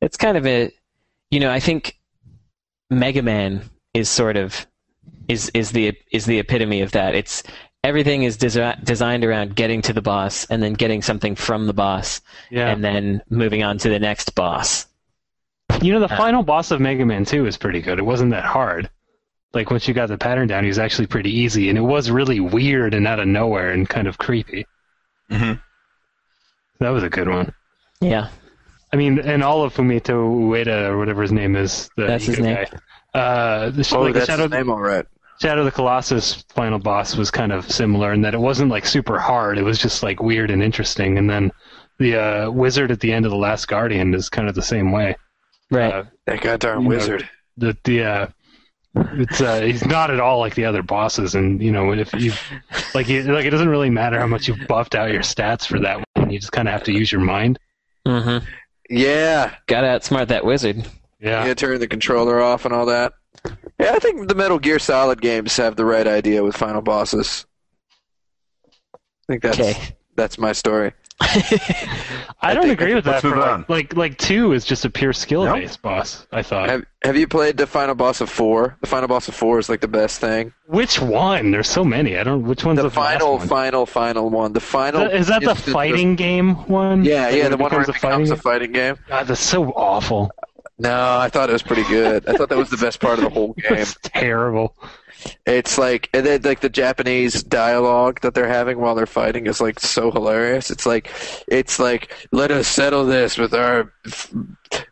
it's kind of a, you know, I think Mega Man is sort of is is the is the epitome of that. It's everything is desi- designed around getting to the boss and then getting something from the boss
Yeah.
and then moving on to the next boss.
Uh, you know, the final boss of Mega Man 2 is pretty good. It wasn't that hard. like once you got the pattern down, he was actually pretty easy, and it was really weird and out of nowhere and kind of creepy.
Mhm.
That was a good one.
Yeah.
I mean, and all of Fumito Ueda or whatever his name is, the
That's his
Iga
name.
guy. Uh, the, sh-
Oh,
like the
that's
Shadow,
his name, all right.
Shadow of the Colossus final boss was kind of similar in that it wasn't like super hard. It was just like weird and interesting. And then the uh, wizard at the end of the Last Guardian is kind of the same way.
Right.
Uh,
That
You
goddamn
know,
wizard.
the the uh, it's uh, he's not at all like the other bosses, and you know if you like you, like it doesn't really matter how much you've buffed out your stats for that one. You just kind of have to use your mind.
mm-hmm.
Yeah.
Gotta outsmart that wizard.
Yeah,
Yeah, turn the controller off and all that. Yeah, I think the Metal Gear Solid games have the right idea with final bosses. I think that's
Okay.
that's my story.
I
I
don't
think-
agree with that.
Let's
For
move
like,
on.
like like two is just a pure skill
No.
based boss. I thought.
Have Have you played the final boss of four? The final boss of four is like the best thing.
which one? There's so many. I don't. Which one's
The,
the,
final,
last one?
final, final one. The final
Is that the
it's
fighting game one?
yeah,
Like,
yeah,
when
the
Mm-hmm. it
one where it
becomes
becomes a
game?
fighting game.
God, that's so awful.
No, I thought it was pretty good. I thought that was the best part of the whole game.
It's terrible.
It's like and then like the Japanese dialogue that they're having while they're fighting is like so hilarious. It's like it's like let us settle this with our f-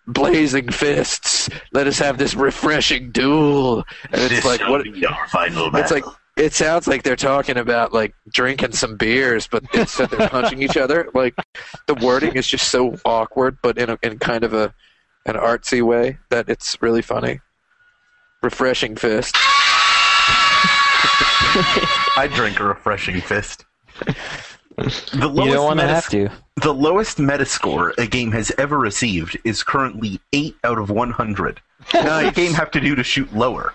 blazing fists. Let us have this refreshing duel. And it's like what
our final
it's like it sounds like they're talking about like drinking some beers, but instead they're punching each other. Like the wording is just so awkward, but in a, in kind of a an artsy way that it's really funny. Refreshing fist.
I drink a refreshing fist. The
You don't
lowest,
want to have
metas-
to.
the lowest metascore a game has ever received is currently 8 out of 100. What does the game have to do to shoot lower?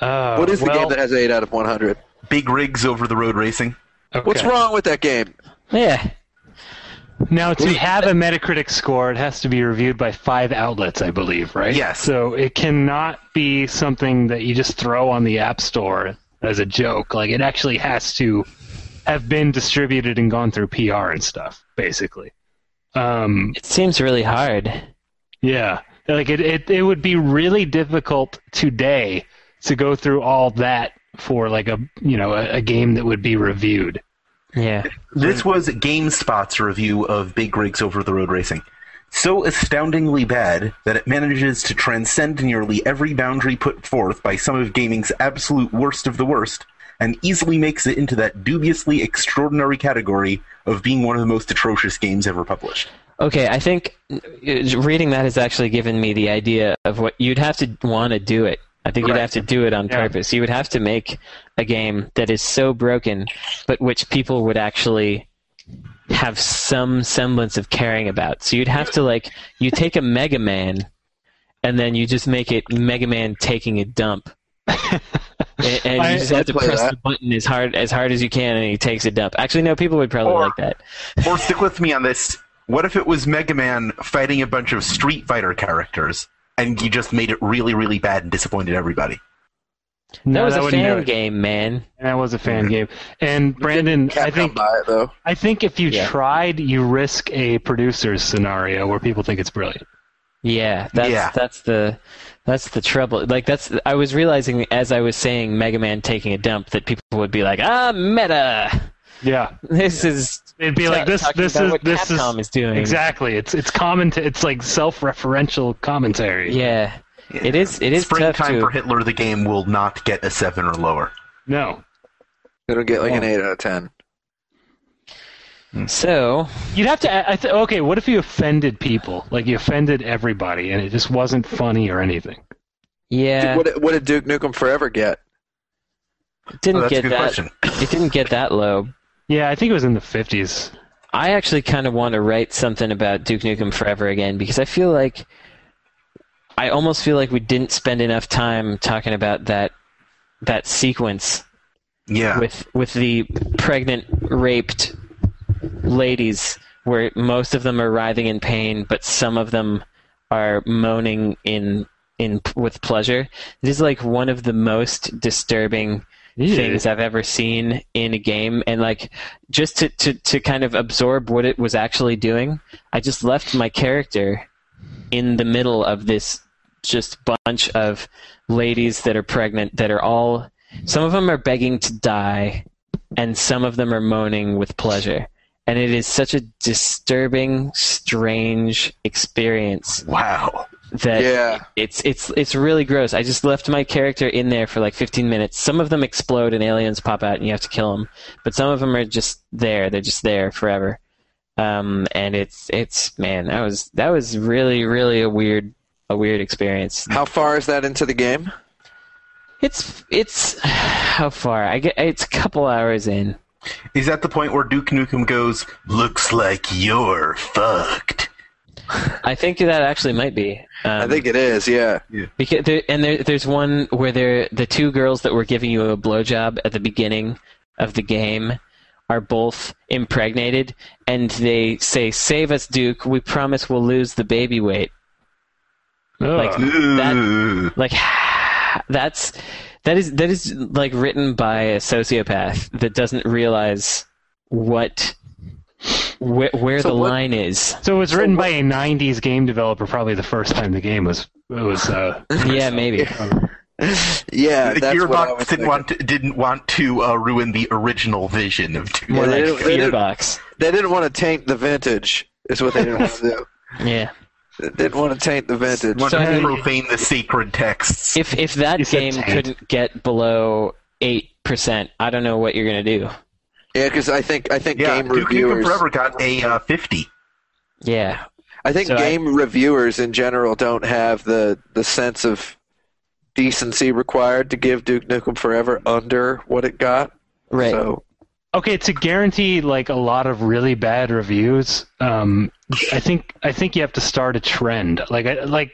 Uh,
What is the
well,
game that has eight out of one hundred?
Big rigs over the road racing.
okay.
What's wrong with that game?
Yeah.
Now, to have a Metacritic score, it has to be reviewed by five outlets, I believe, right?
Yes.
So it cannot be something that you just throw on the App Store as a joke. Like, it actually has to have been distributed and gone through PR and stuff, basically. Um,
It seems really hard.
yeah. Like, it, it, it would be really difficult today to go through all that for, like, a, you know, a, a game that would be reviewed.
Yeah.
This was GameSpot's review of Big Rigs Over the Road Racing. So astoundingly bad that it manages to transcend nearly every boundary put forth by some of gaming's absolute worst of the worst, and easily makes it into that dubiously extraordinary category of being one of the most atrocious games ever published.
Okay, I think uh, reading that has actually given me the idea of what you'd have to want to do it. I think
Right.
you'd have to do it on
Yeah.
purpose. You would have to make a game that is so broken, but which people would actually have some semblance of caring about. So you'd have to like you take a Mega Man, and then you just make it Mega Man taking a dump. and and
I-
you just have to
I'd play
press
that.
the button as hard as hard as you can, and he takes a dump. Actually, no, people would probably
Or-
like that.
Or stick with me on this. What if it was Mega Man fighting a bunch of Street Fighter characters, and you just made it really, really bad and disappointed everybody?
No,
that was a
wouldn't do
fan
it.
game, man.
That was a fan game. And Brandon, I
Capcom
think
buy it though.
I think if you
Yeah.
tried, you risk a producer's scenario where people think it's brilliant.
Yeah, that's
Yeah.
that's the that's the trouble. Like that's I was realizing as I was saying Mega Man taking a dump that people would be like, "Ah, meta.
Yeah,
This is
it'd be like this.
talking
This
about
is
what
this
Capcom
is,
is doing."
exactly. It's it's comment. It's like self-referential commentary.
Yeah. It is it is tough
Springtime
to
for Hitler the game will not get a 7 or lower.
No,
It'll get like an
Yeah.
eight out of ten.
Hmm.
So,
you'd have to. I th- okay, what if you offended people? Like you offended everybody, and it just wasn't funny or anything.
yeah,
What did- what did Duke Nukem Forever get?
it
Oh,
didn't
that's a
get
good
that
question.
it didn't get that low.
Yeah, I think it was in the fifties.
I actually kind of want to write something about Duke Nukem Forever again because I feel like I almost feel like we didn't spend enough time talking about that that sequence
Yeah.
with with the pregnant raped ladies where most of them are writhing in pain but some of them are moaning in in with pleasure this is like one of the most disturbing things I've ever seen in a game. And like just to, to, to kind of absorb what it was actually doing, I just left my character in the middle of this just bunch of ladies that are pregnant that are all some of them are begging to die and some of them are moaning with pleasure and it is such a disturbing strange experience
Wow.
that
Yeah.
it's it's it's really gross. I just left my character in there for like 15 minutes. Some of them explode and aliens pop out and you have to kill them, but some of them are just there. They're just there forever. Um, and it's it's man, that was that was really really a weird a weird experience.
How far is that into the game?
It's it's how far? I get it's a couple hours in.
Is that the point where Duke Nukem goes, looks like you're fucked?
I think that actually might be. Um,
I think it is. Yeah.
Because there, and there, there's one where there, the two girls that were giving you a blowjob at the beginning of the game are both impregnated, and they say, "Save us, Duke. We promise we'll lose the baby weight." Like- That- Like that's that is that is like written by a sociopath that doesn't realize what where, where
So
the
what-
line is.
so it was written by a '90s game developer. Probably the first time the game was it was. Uh,
Yeah, maybe.
Yeah.
the
That's what I was
Gearbox
thinking.
didn't want, to, didn't want to uh, ruin the original vision of Duke.
More
Yeah, they
like
don't- they don't-
Fearbox.
They didn't want to taint the vintage. Is what they didn't want to do.
Yeah.
They didn't want to taint the vintage.
Want
So I
to
mean-
profane the sacred texts.
If if that
You said
game
tank.
couldn't get below eight percent, I don't know what you're gonna do.
Yeah, because I think I think
yeah,
game
Duke Nukem
reviewers.
Forever got a uh, 50.
Yeah,
I think
So I-
game reviewers in general don't have the the sense of decency required to give Duke Nukem Forever under what it got.
right.
So
okay to guarantee like a lot of really bad reviews um i think i think you have to start a trend like I, like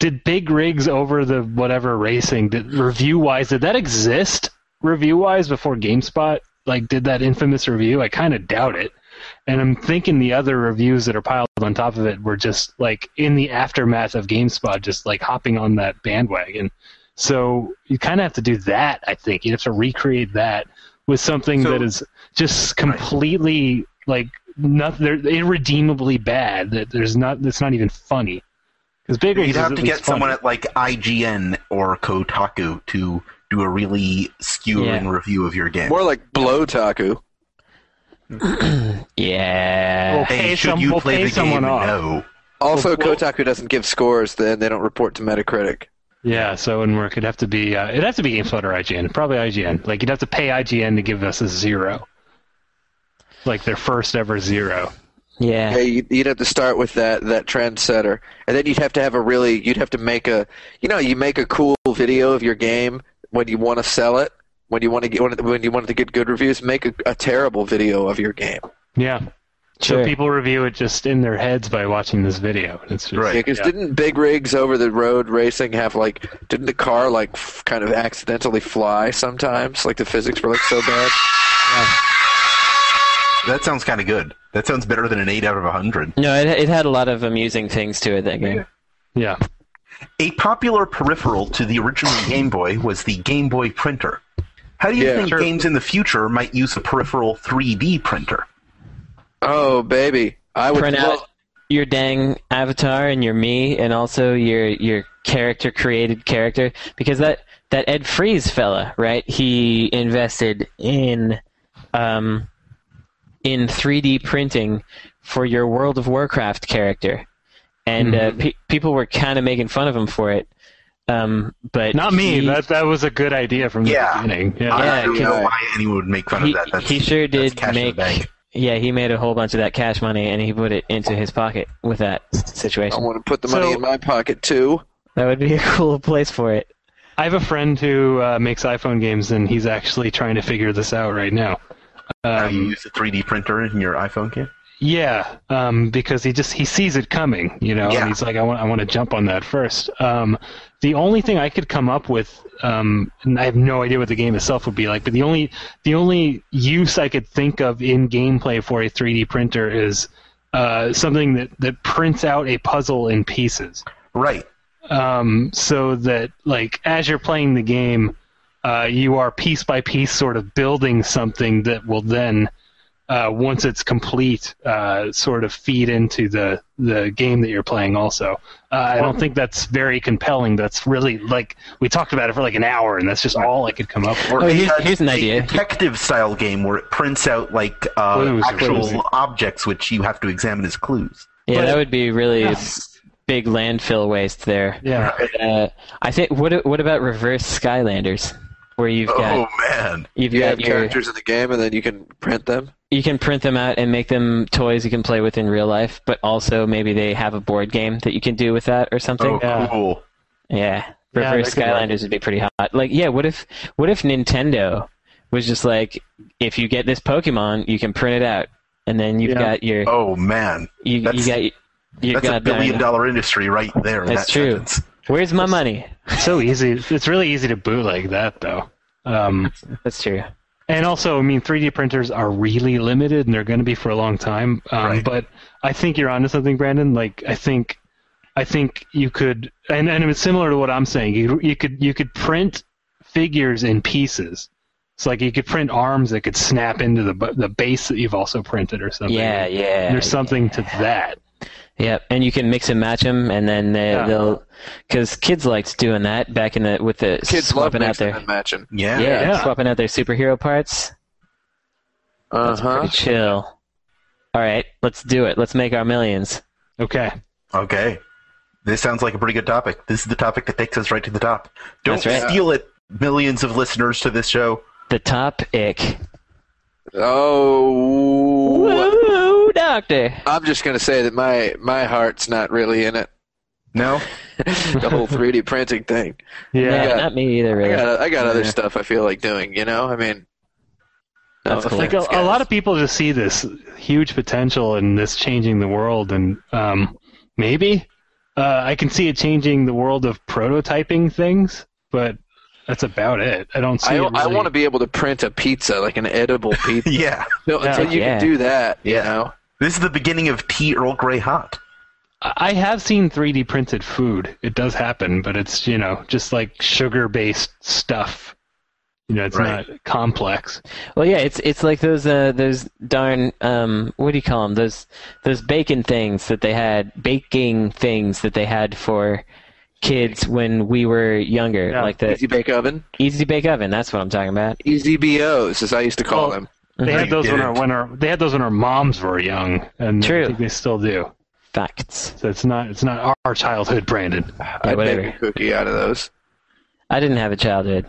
did big rigs over the whatever racing did review wise did that exist review wise before gamespot like did that infamous review i kind of doubt it and i'm thinking the other reviews that are piled on top of it were just like in the aftermath of gamespot just like hopping on that bandwagon so you kind of have to do that i think you have to recreate that with something
So-
that is just completely like not they're irredeemably bad that there's not it's not even funny because big
You'd
Rigs is
have
at
to
least
get someone
funny.
at like IGN or Kotaku to do a really skewering
Yeah.
review of your game.
more like blow taku.
Yeah,
Well,
hey,
pay
should
some-
you
we'll
play
pay
the
someone
game?
off.
No.
Also,
Well-
Kotaku doesn't give scores; then they don't report to Metacritic.
yeah so in work it'd have to be uh, it'd have to be gamespot or ign probably ign like you'd have to pay ign to give us a zero like their first ever zero
yeah.
Yeah, you- you'd have to start with that that trendsetter, and then you'd have to have a really you'd have to make a you know you make a cool video of your game when you want to sell it when you want to get when- when you want to get good reviews. Make a, a terrible video of your game
yeah
Sure.
so people review it just in their heads by watching this video it's just,
Right.
because
yeah.
didn't big rigs over the road racing have like didn't the car like f- kind of accidentally fly sometimes like the physics were like so bad.
That sounds kind of good. That sounds better than an 8 out of 100.
No, it it had a lot of amusing things to it. That game.
yeah
A popular peripheral to the original Game Boy was the Game Boy printer. How do you
Yeah.
think
Sure.
games in the future might use a peripheral 3D printer?
Oh baby, I would
Print
love,
out your dang avatar and your me, and also your your character created character because that that Ed Freeze fella, right? He invested in um in 3D printing for your World of Warcraft character, and uh, pe- people were kind of making fun of him for it. Um, but
not me
he-
that that was a good idea from the
Yeah.
beginning yeah
I don't
Yeah,
know
okay.
why anyone would make fun
he,
of that. That's,
he sure
that's
did
cash in the
make.
bank.
Yeah, he made a whole bunch of that cash money, and he put it into his pocket with that
I
situation.
want to put the money
So-
in my pocket too.
That would be a cool place for it.
I have a friend who uh, makes iPhone games, and he's actually trying to figure this out right now.
How you
Um,
use a 3D printer in your iPhone game?
yeah, um, because he just he sees it coming, you know,
Yeah.
and he's like, I want I want to jump on that first. Um, the only thing I could come up with, um, and I have no idea what the game itself would be like, but the only the only use I could think of in gameplay for a 3D printer is uh, something that that prints out a puzzle in pieces.
Right.
um, so that like as you're playing the game, uh, you are piece by piece sort of building something that will then uh, once it's complete, uh, sort of feed into the the game that you're playing. Also, uh, I don't think that's very compelling. That's really like we talked about it for like an hour, and that's just all I could come up with.
Or
Oh, here's-
even
here's an
a
idea.
detective style game where it prints out like
What
uh,
was it? What was it?
actual objects which you have to examine as clues.
Yeah,
But-
that would be really
Yeah.
big landfill waste there.
Yeah,
But, uh, I think. What what about reverse Skylanders, where you've got
Oh man.
you've
You have
got your
characters in the game, and then you can print them.
you can print them out and make them toys you can play with in real life, but also maybe they have a board game that you can do with that or something.
Oh cool.
Yeah.
Yeah, that
Reverse
could work.
Skylanders would be pretty hot. Like, yeah, what if what if Nintendo was just like, if you get this Pokemon, you can print it out, and then you've
Yeah.
got your
Oh man.
you, you
that's-
got you
That's a
got
billion dollar industry right there. in
That's
that
true.
sentence.
Where's my money?
so easy. It's really easy to bootleg that though. Um,
That's true.
And also, I mean, 3D printers are really limited, and they're going to be for a long time. Um,
Right.
But I think you're onto something, Brandon. Like, I think, I think you could, and and it's similar to what I'm saying. You you could you could print figures in pieces. It's like you could print arms that could snap into the bu- the base that you've also printed or something.
Yeah, yeah.
There's something to that.
Yep, and you can mix and match them, and then they,
Yeah.
they'll because kids liked doing that back in the with the
Kids
swapping
love
out
mixing
their
and matching.
Yeah.
yeah,
Yeah.
swapping out their superhero parts.
Uh
That's
huh.
pretty chill. All right, let's do it. Let's make our millions.
Okay.
Okay. This sounds like a pretty good topic. This is the topic that takes us right to the top. Don't
That's right.
steal it, millions of listeners to this show.
The top ick.
Oh,
Woo, doctor.
I'm just gonna say that my my heart's not really in it.
No?
the whole 3D printing thing.
Yeah,
Yeah.
got-
not me either.
I
Really.
got I got other
Yeah.
stuff I feel like doing. You know, I mean, no
That's cool.
Like a,
offense,
a
guys.
lot of people just see this huge potential in this changing the world, and um, maybe uh, I can see it changing the world of prototyping things, but that's about it. I don't see.
I,
it
I
really-
want to be able to print a pizza, like an edible pizza.
Yeah.
No,
Yeah.
until you
Yeah.
can do that, you
Yeah.
know.
This is the beginning of T. Earl Grey Hot.
I have seen 3D printed food. It does happen, but it's you know just like sugar based stuff. You know, it's
Right.
not complex.
Well, yeah, it's it's like those uh, those darn um, what do you call them? Those those bacon things that they had, baking things that they had for kids when we were younger,
Yeah.
like the
Easy Bake Oven,
Easy Bake Oven. That's what I'm talking about.
Easy BOs, as I used to
Oh,
call
Well,
them.
They
No,
had
you
those when our,
didn't.
when our they had those when our moms were young, and
True.
I think they still do.
Facts.
So it's not it's not our- our childhood, Brandon.
Yeah,
I'd
whatever.
make a cookie out of those.
I didn't have a childhood.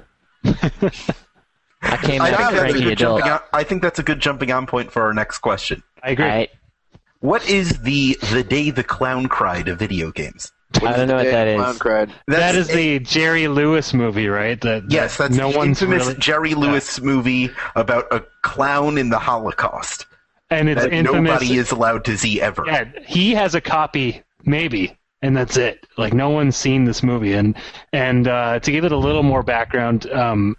I came
I think,
out a
that's a
cranky
good
adult.
jumping on, I think that's a good jumping on point for our next question.
I agree.
I,
What is the the day the clown cried of video games?
What
I
is
don't
the
know what
day
that
the
is.
clown cried?
That is the Jerry Lewis movie, right? That, that
yes. That's
no
the
one's
infamous
really,
Jerry Lewis movie about a clown in the Holocaust
and it's
that
infamous.
nobody is allowed to see ever.
yeah, he has a copy, maybe, and that's it. Like no one's seen this movie, and and uh, to give it a little more background, um,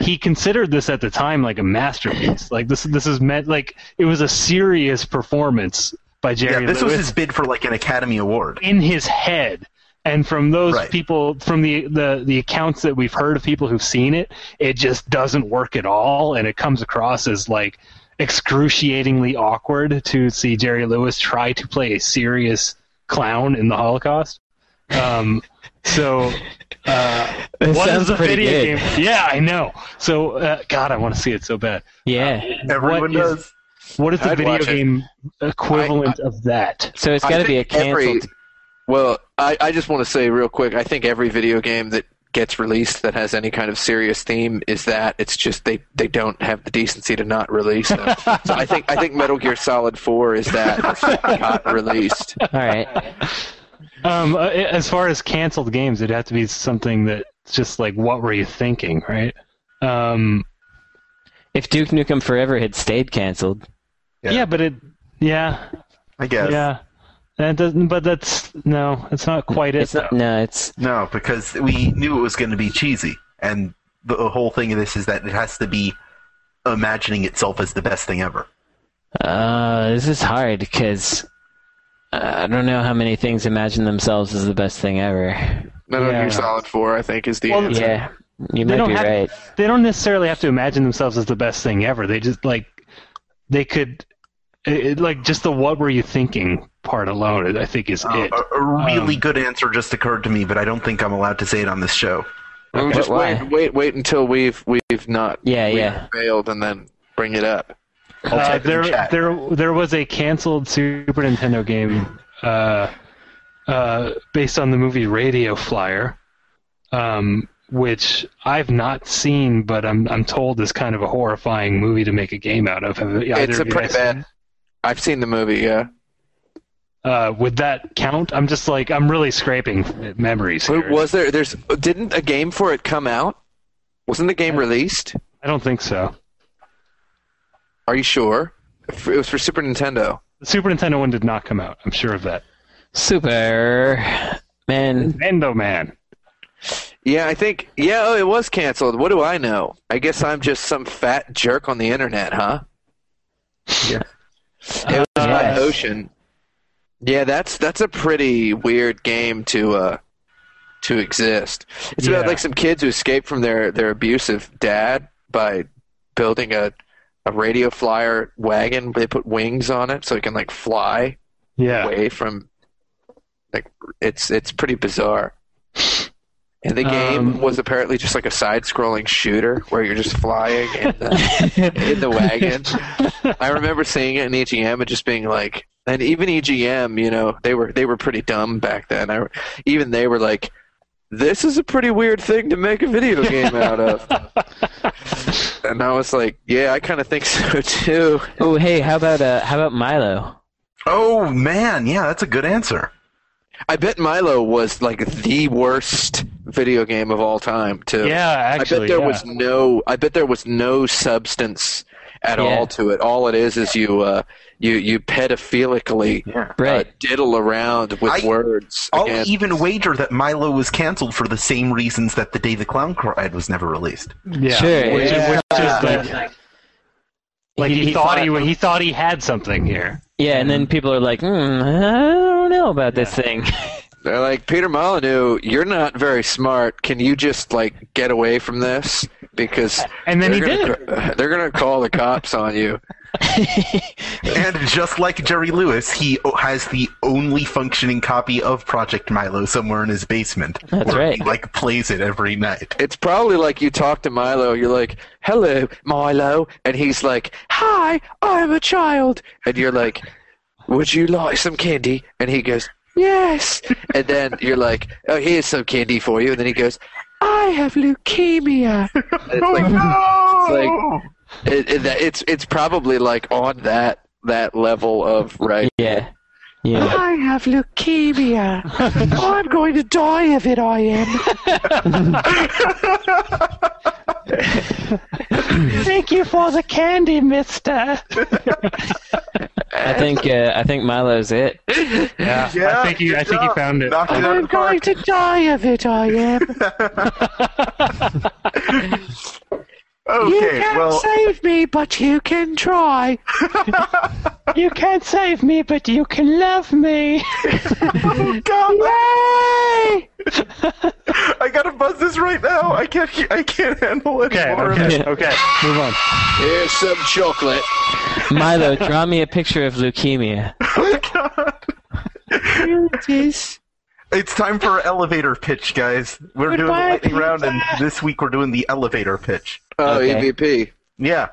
he considered this at the time like a masterpiece. Like this, this is meant like it was a serious performance by
Yeah,
Jerry
this was
Lewis.
his bid for like an Academy Award.
in his head. And from those
Right.
people, from the, the, the accounts that we've heard of people who've seen it, it just doesn't work at all. And it comes across as like excruciatingly awkward to see Jerry Lewis try to play a serious clown in the Holocaust. Um, so, uh,
That
what is
sounds
the
pretty
video
good.
game? Yeah, I know. So, uh, God, I want to see it so bad.
Yeah.
Uh,
Everyone
is-
does.
What is the
I'd
video
watch it.
game equivalent of that?
So it's
I
got to be a
think every-
canceled.
Well, I, I just want to say real quick. I think every video game that gets released that has any kind of serious theme is that it's just they, they don't have the decency to not release them. so I think I think Metal Gear Solid Four is that not released.
All right.
Um, uh, as far as canceled games, it'd have to be something that's just like, what were you thinking, right? Um,
If Duke Nukem Forever had stayed canceled,
Yeah.
yeah. but it, yeah,
I guess.
yeah, that doesn't. But that's no, it's not quite it.
it's not. No, it's
No, because we knew it was going to be cheesy, and the whole thing of this is that it has to be imagining itself as the best thing ever.
Uh, this is hard because I don't know how many things imagine themselves as the best thing ever.
Metal
Yeah.
Gear Solid Four, I think, is the
Well,
answer.
Yeah,
They
you might
don't
be
have-
right.
They don't necessarily have to imagine themselves as the best thing ever. They just like they could it, it- like just the what were you thinking part alone i think is
Oh,
Uh,
it
a, a really
Um,
good answer just occurred to me, but I don't think I'm allowed to say it on this show.
Well, just
why?
wait, wait, wait until we've we've not
Yeah,
we've
yeah.
failed, and then bring it up.
Uh,
type in
there,
chat.
there, there was a canceled Super Nintendo game uh, uh, based on the movie Radio Flyer, um, which I've not seen, but I'm I'm told is kind of a horrifying movie to make a game out of. Have either
it's a
of you
pretty
guys seen
bad. I've seen the movie. Yeah.
it? Uh, would that count? I'm just like I'm really scraping at memories
Wait,
here.
was there? There's didn't a game for it come out? Wasn't the game
Uh,
Yeah.
released?
I don't think so.
Are you sure? F- It was for Super Nintendo.
The Super Nintendo one did not come out. I'm sure of that.
Super man.
Nintendo Man.
Yeah, I think. Yeah, oh, it was canceled. What do I know? I guess I'm just some fat jerk on the internet, huh?
Yeah.
It was by
yes.
Ocean. Yeah, that's that's a pretty weird game to uh to exist. It's about
Yeah.
like some kids who escape from their their abusive dad by building a a radio flyer wagon. They put wings on it so it can like fly
Yeah.
away from like it's it's pretty bizarre. And the game
Um,
was apparently just like a side-scrolling shooter where you're just flying in the, in the wagon. I remember seeing it in EGM and just being like, and even EGM, you know, they were they were pretty dumb back then. I, even they were like, this is a pretty weird thing to make a video game out of. and I was like, yeah, I kind of think so too.
Oh hey, how about uh, how about Milo?
Oh man, yeah, that's a good answer.
I bet Milo was like the worst video game of all time too.
Yeah,
I
actually,
bet there
yeah.
was no. I bet there was no substance at
Yeah.
all to it. All it is is you uh, you you pedophilically
Yeah.
Right.
uh, diddle around with
I-
words.
I'll
again.
even wager that Milo was canceled for the same reasons that The Day the Clown Cried was never released.
Yeah.
Sure,
Which,
yeah.
which is the, like he,
He- he
thought,
thought-
he he thought he had something here.
yeah, and then
mm-hmm.
people are like, hmm, I don't know about this thing.
They're like Peter Molyneux. You're not very smart. Can you just like get away from this? Because
And then
they're
he
gonna, did. They're gonna call the cops on you.
And just like Jerry Lewis, he o- has the only functioning copy of Project Milo somewhere in his basement.
That's
where
right.
He like plays it every night.
It's probably like you talk to Milo. You're like, "Hello, Milo," and he's like, "Hi, I'm a child," and you're like, "Would you like some candy?" And he goes, "Yes," and then you're like, "Oh, here's some candy for you," and then he goes, "I have leukemia." And it's like,
no!
it, it, that- it's it's probably like on that that level of right.
yeah. Yeah.
I have leukemia. Oh, I'm going to die of it. I am.
Thank you for the candy, mister.
I think uh, I think Milo's it.
Yeah, I think he, I think he found it.
Knocked it out of the park.
to die of it. I am.
Okay, well,
save me, but you can try.
You can't save me, but you can love me.
Yay!
I gotta buzz this right now. I can't. he- I can't handle it.
Okay,
anymore.
okay,
Yeah.
okay. Move on.
Here's some chocolate.
Milo, draw me a picture of leukemia.
Here it is.
It's time for our elevator pitch, guys. We're doing the
Goodbye,
lightning round, and this week we're doing the elevator pitch.
Oh,
Okay.
EVP.
Yeah.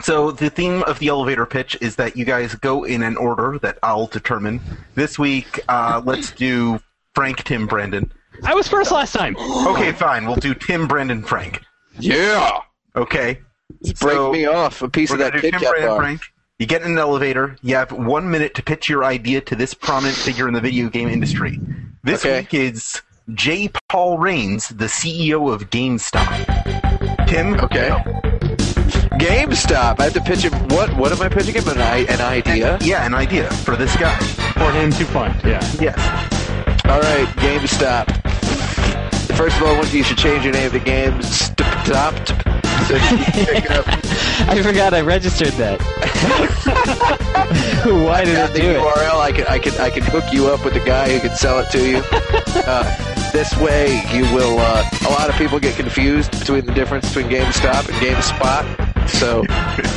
So the theme of the elevator pitch is that you guys go in an order that I'll determine. This week, uh, let's do Frank, Tim, Brandon.
I was first last time.
Okay, fine. We'll do Tim, Brandon, Frank.
Yeah.
Okay.
Break
So-
me off a piece
We're
of
gonna
that
do
Kit
Tim
Kat
Brandon
bar.
Frank. You get in an elevator. You have one minute to pitch your idea to this prominent figure in the video game industry. This
Okay.
week is J. Paul Raines, the CEO of GameStop. Tim,
Okay.
go.
GameStop. I have to pitch him. What? What am I pitching him? An, I- an idea.
yeah, an idea for this guy.
For him to fund. Yeah.
Yes.
All right, GameStop. First of all, once you should change your name to GameStop. So you can pick up
I forgot I registered that. Why did
got
I
the
do it?
URL. I can I can I can hook you up with the guy who can sell it to you. uh, this way, you will. Uh, a lot of people get confused between the difference between GameStop and GameSpot. So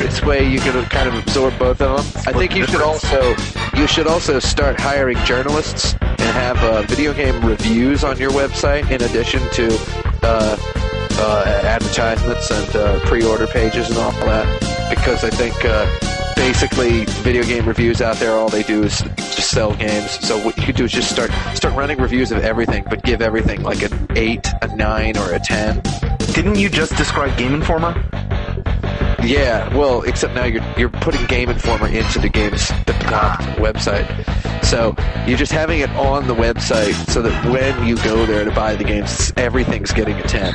this way you can kind of absorb both of them. I think you should also you should also start hiring journalists and have uh, video game reviews on your website in addition to uh, uh, advertisements and uh, pre-order pages and all that. Because I think uh, basically video game reviews out there, all they do is just sell games. So what you could do is just start start running reviews of everything, but give everything like an eight, a nine, or a ten.
Didn't you just describe Game Informer?
Yeah, well, except now you're you're putting Game Informer into the game's the prompt website. So you're just having it on the website so that when you go there to buy the games, everything's getting a ten.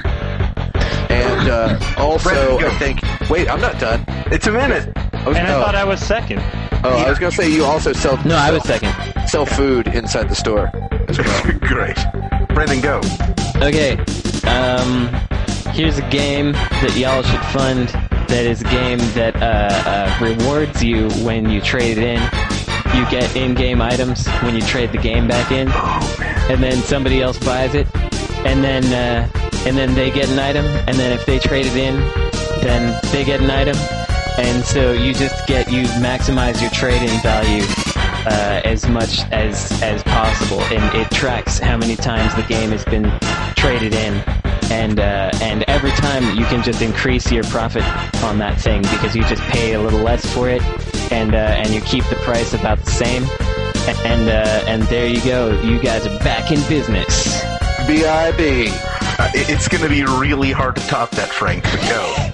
And uh, also,
Brandon, go.
I think wait, I'm not done.
It's a minute.
I was,
And I
oh,
thought I was second.
oh, I was gonna say you also sell
No, I was
sell,
second.
sell food inside the store as well.
Great. Brandon, go.
Okay. Um, here's a game that y'all should fund. That is a game that uh, uh, rewards you when you trade it in. You get in-game items when you trade the game back in, and then somebody else buys it, and then uh, and then they get an item, and then if they trade it in, then they get an item, and so you just get you maximize your trading value uh, as much as as possible, and it tracks how many times the game has been traded in, and uh, and every time you can just increase your profit on that thing because you just pay a little less for it, and uh, and you keep the price about the same, and uh, and there you go, you guys are back in business.
Bib.
Uh, it- it's going to be really hard to top that, Frank. But go.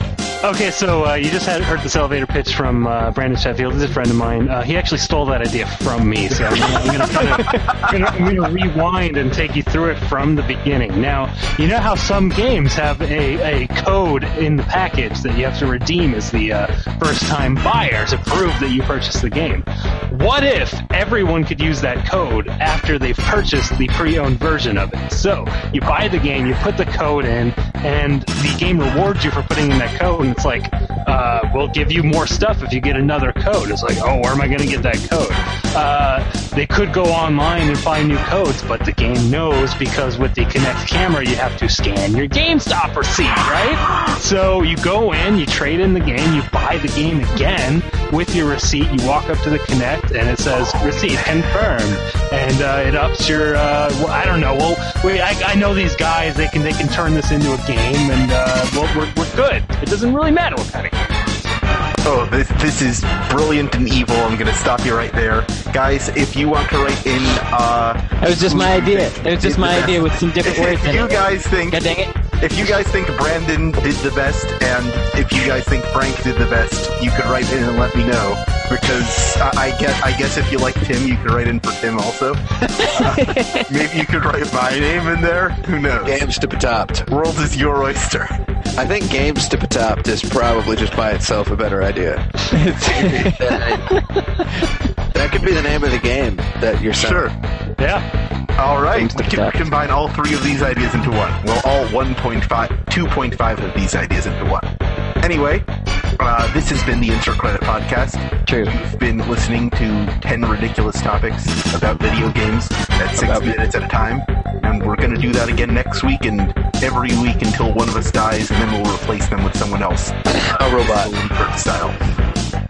Okay, so uh, you just had heard this elevator pitch from uh, Brandon Sheffield. He's a friend of mine. Uh, he actually stole that idea from me, so I'm, I'm going to kind of I'm going to rewind and take you through it from the beginning. Now, you know how some games have a, a code in the package that you have to redeem as the uh, first time buyer to prove that you purchased the game. What if everyone could use that code after they've purchased the pre-owned version of it? So you buy the game, you put the code in, and the game rewards you for putting in that code. And it's like, uh, we'll give you more stuff if you get another code. It's like, oh, where am I going to get that code? Uh, they could go online and find new codes, but the game knows because with the Kinect camera, you have to scan your GameStop receipt, right? So you go in, you trade in the game, you buy the game again with your receipt. You walk up to the Kinect, and it says receipt confirmed, and uh, it ups your. Uh, well, I don't know. Well, we, I, I know these guys. They can they can turn this into a game, and uh, well, we're we're good. It doesn't really matter what kind of game.
Oh, this, this is brilliant and evil. I'm going to stop you right there. Guys, if you want to write in. Uh,
It was just my idea. It was just my idea with some different words
If
in
you
it.
guys think.
God dang it.
If you guys think Brandon did the best, and if you guys think Frank did the best, you could write in and let me know. Because I, I guess I guess if you like Tim, you could write in for Tim also. Uh, maybe you could write my name in there. Who knows?
Games to be topped.
World is your oyster.
I think Games to be topped is probably just by itself a better idea. that could be the name of the game that you're selling.
Sure.
Yeah.
All right.
Games
We
to
can
protect.
combine all three of these ideas into one. Well, all 1.5, 2.5 of these ideas into one. Anyway, uh, this has been the Insert Credit Podcast.
True.
You've been listening to 10 ridiculous topics about video games at six
About-
minutes at a time. And we're going to do that again next week and every week until one of us dies, and then we'll replace them with someone else.
A robot.
Leopard style.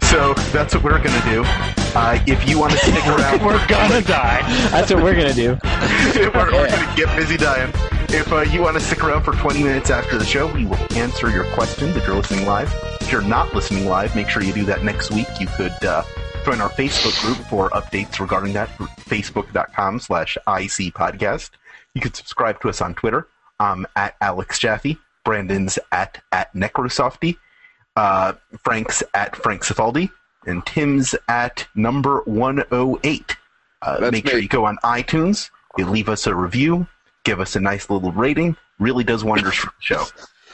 So that's what we're going to do. Uh, if you want to stick around,
We're gonna die.
That's what we're gonna do.
we're, we're going to get busy dying. If uh, you want to stick around for 20 minutes after the show, we will answer your questions if you're listening live. If you're not listening live, make sure you do that next week. You could uh, join our Facebook group for updates regarding that, facebook.com slash IC podcast. You could subscribe to us on Twitter. I'm at Alex Jaffe. Brandon's at, at Necrosofty. Uh, Frank's at Frank Cifaldi. And Tim's at number 108. Uh,
That's
make sure
me.
you go on iTunes, you leave us a review, give us a nice little rating. Really does wonders for the show.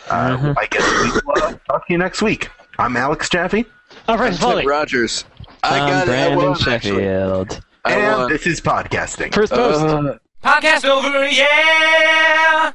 Uh, I guess we will uh, talk to you next week. I'm Alex Jaffe,
All right, Foley.
Tim Rogers. I got
I'm
it. I
Brandon
won, actually.
Sheffield.
I
and
won.
this is podcasting.
First post.
Uh,
Podcast over, yeah!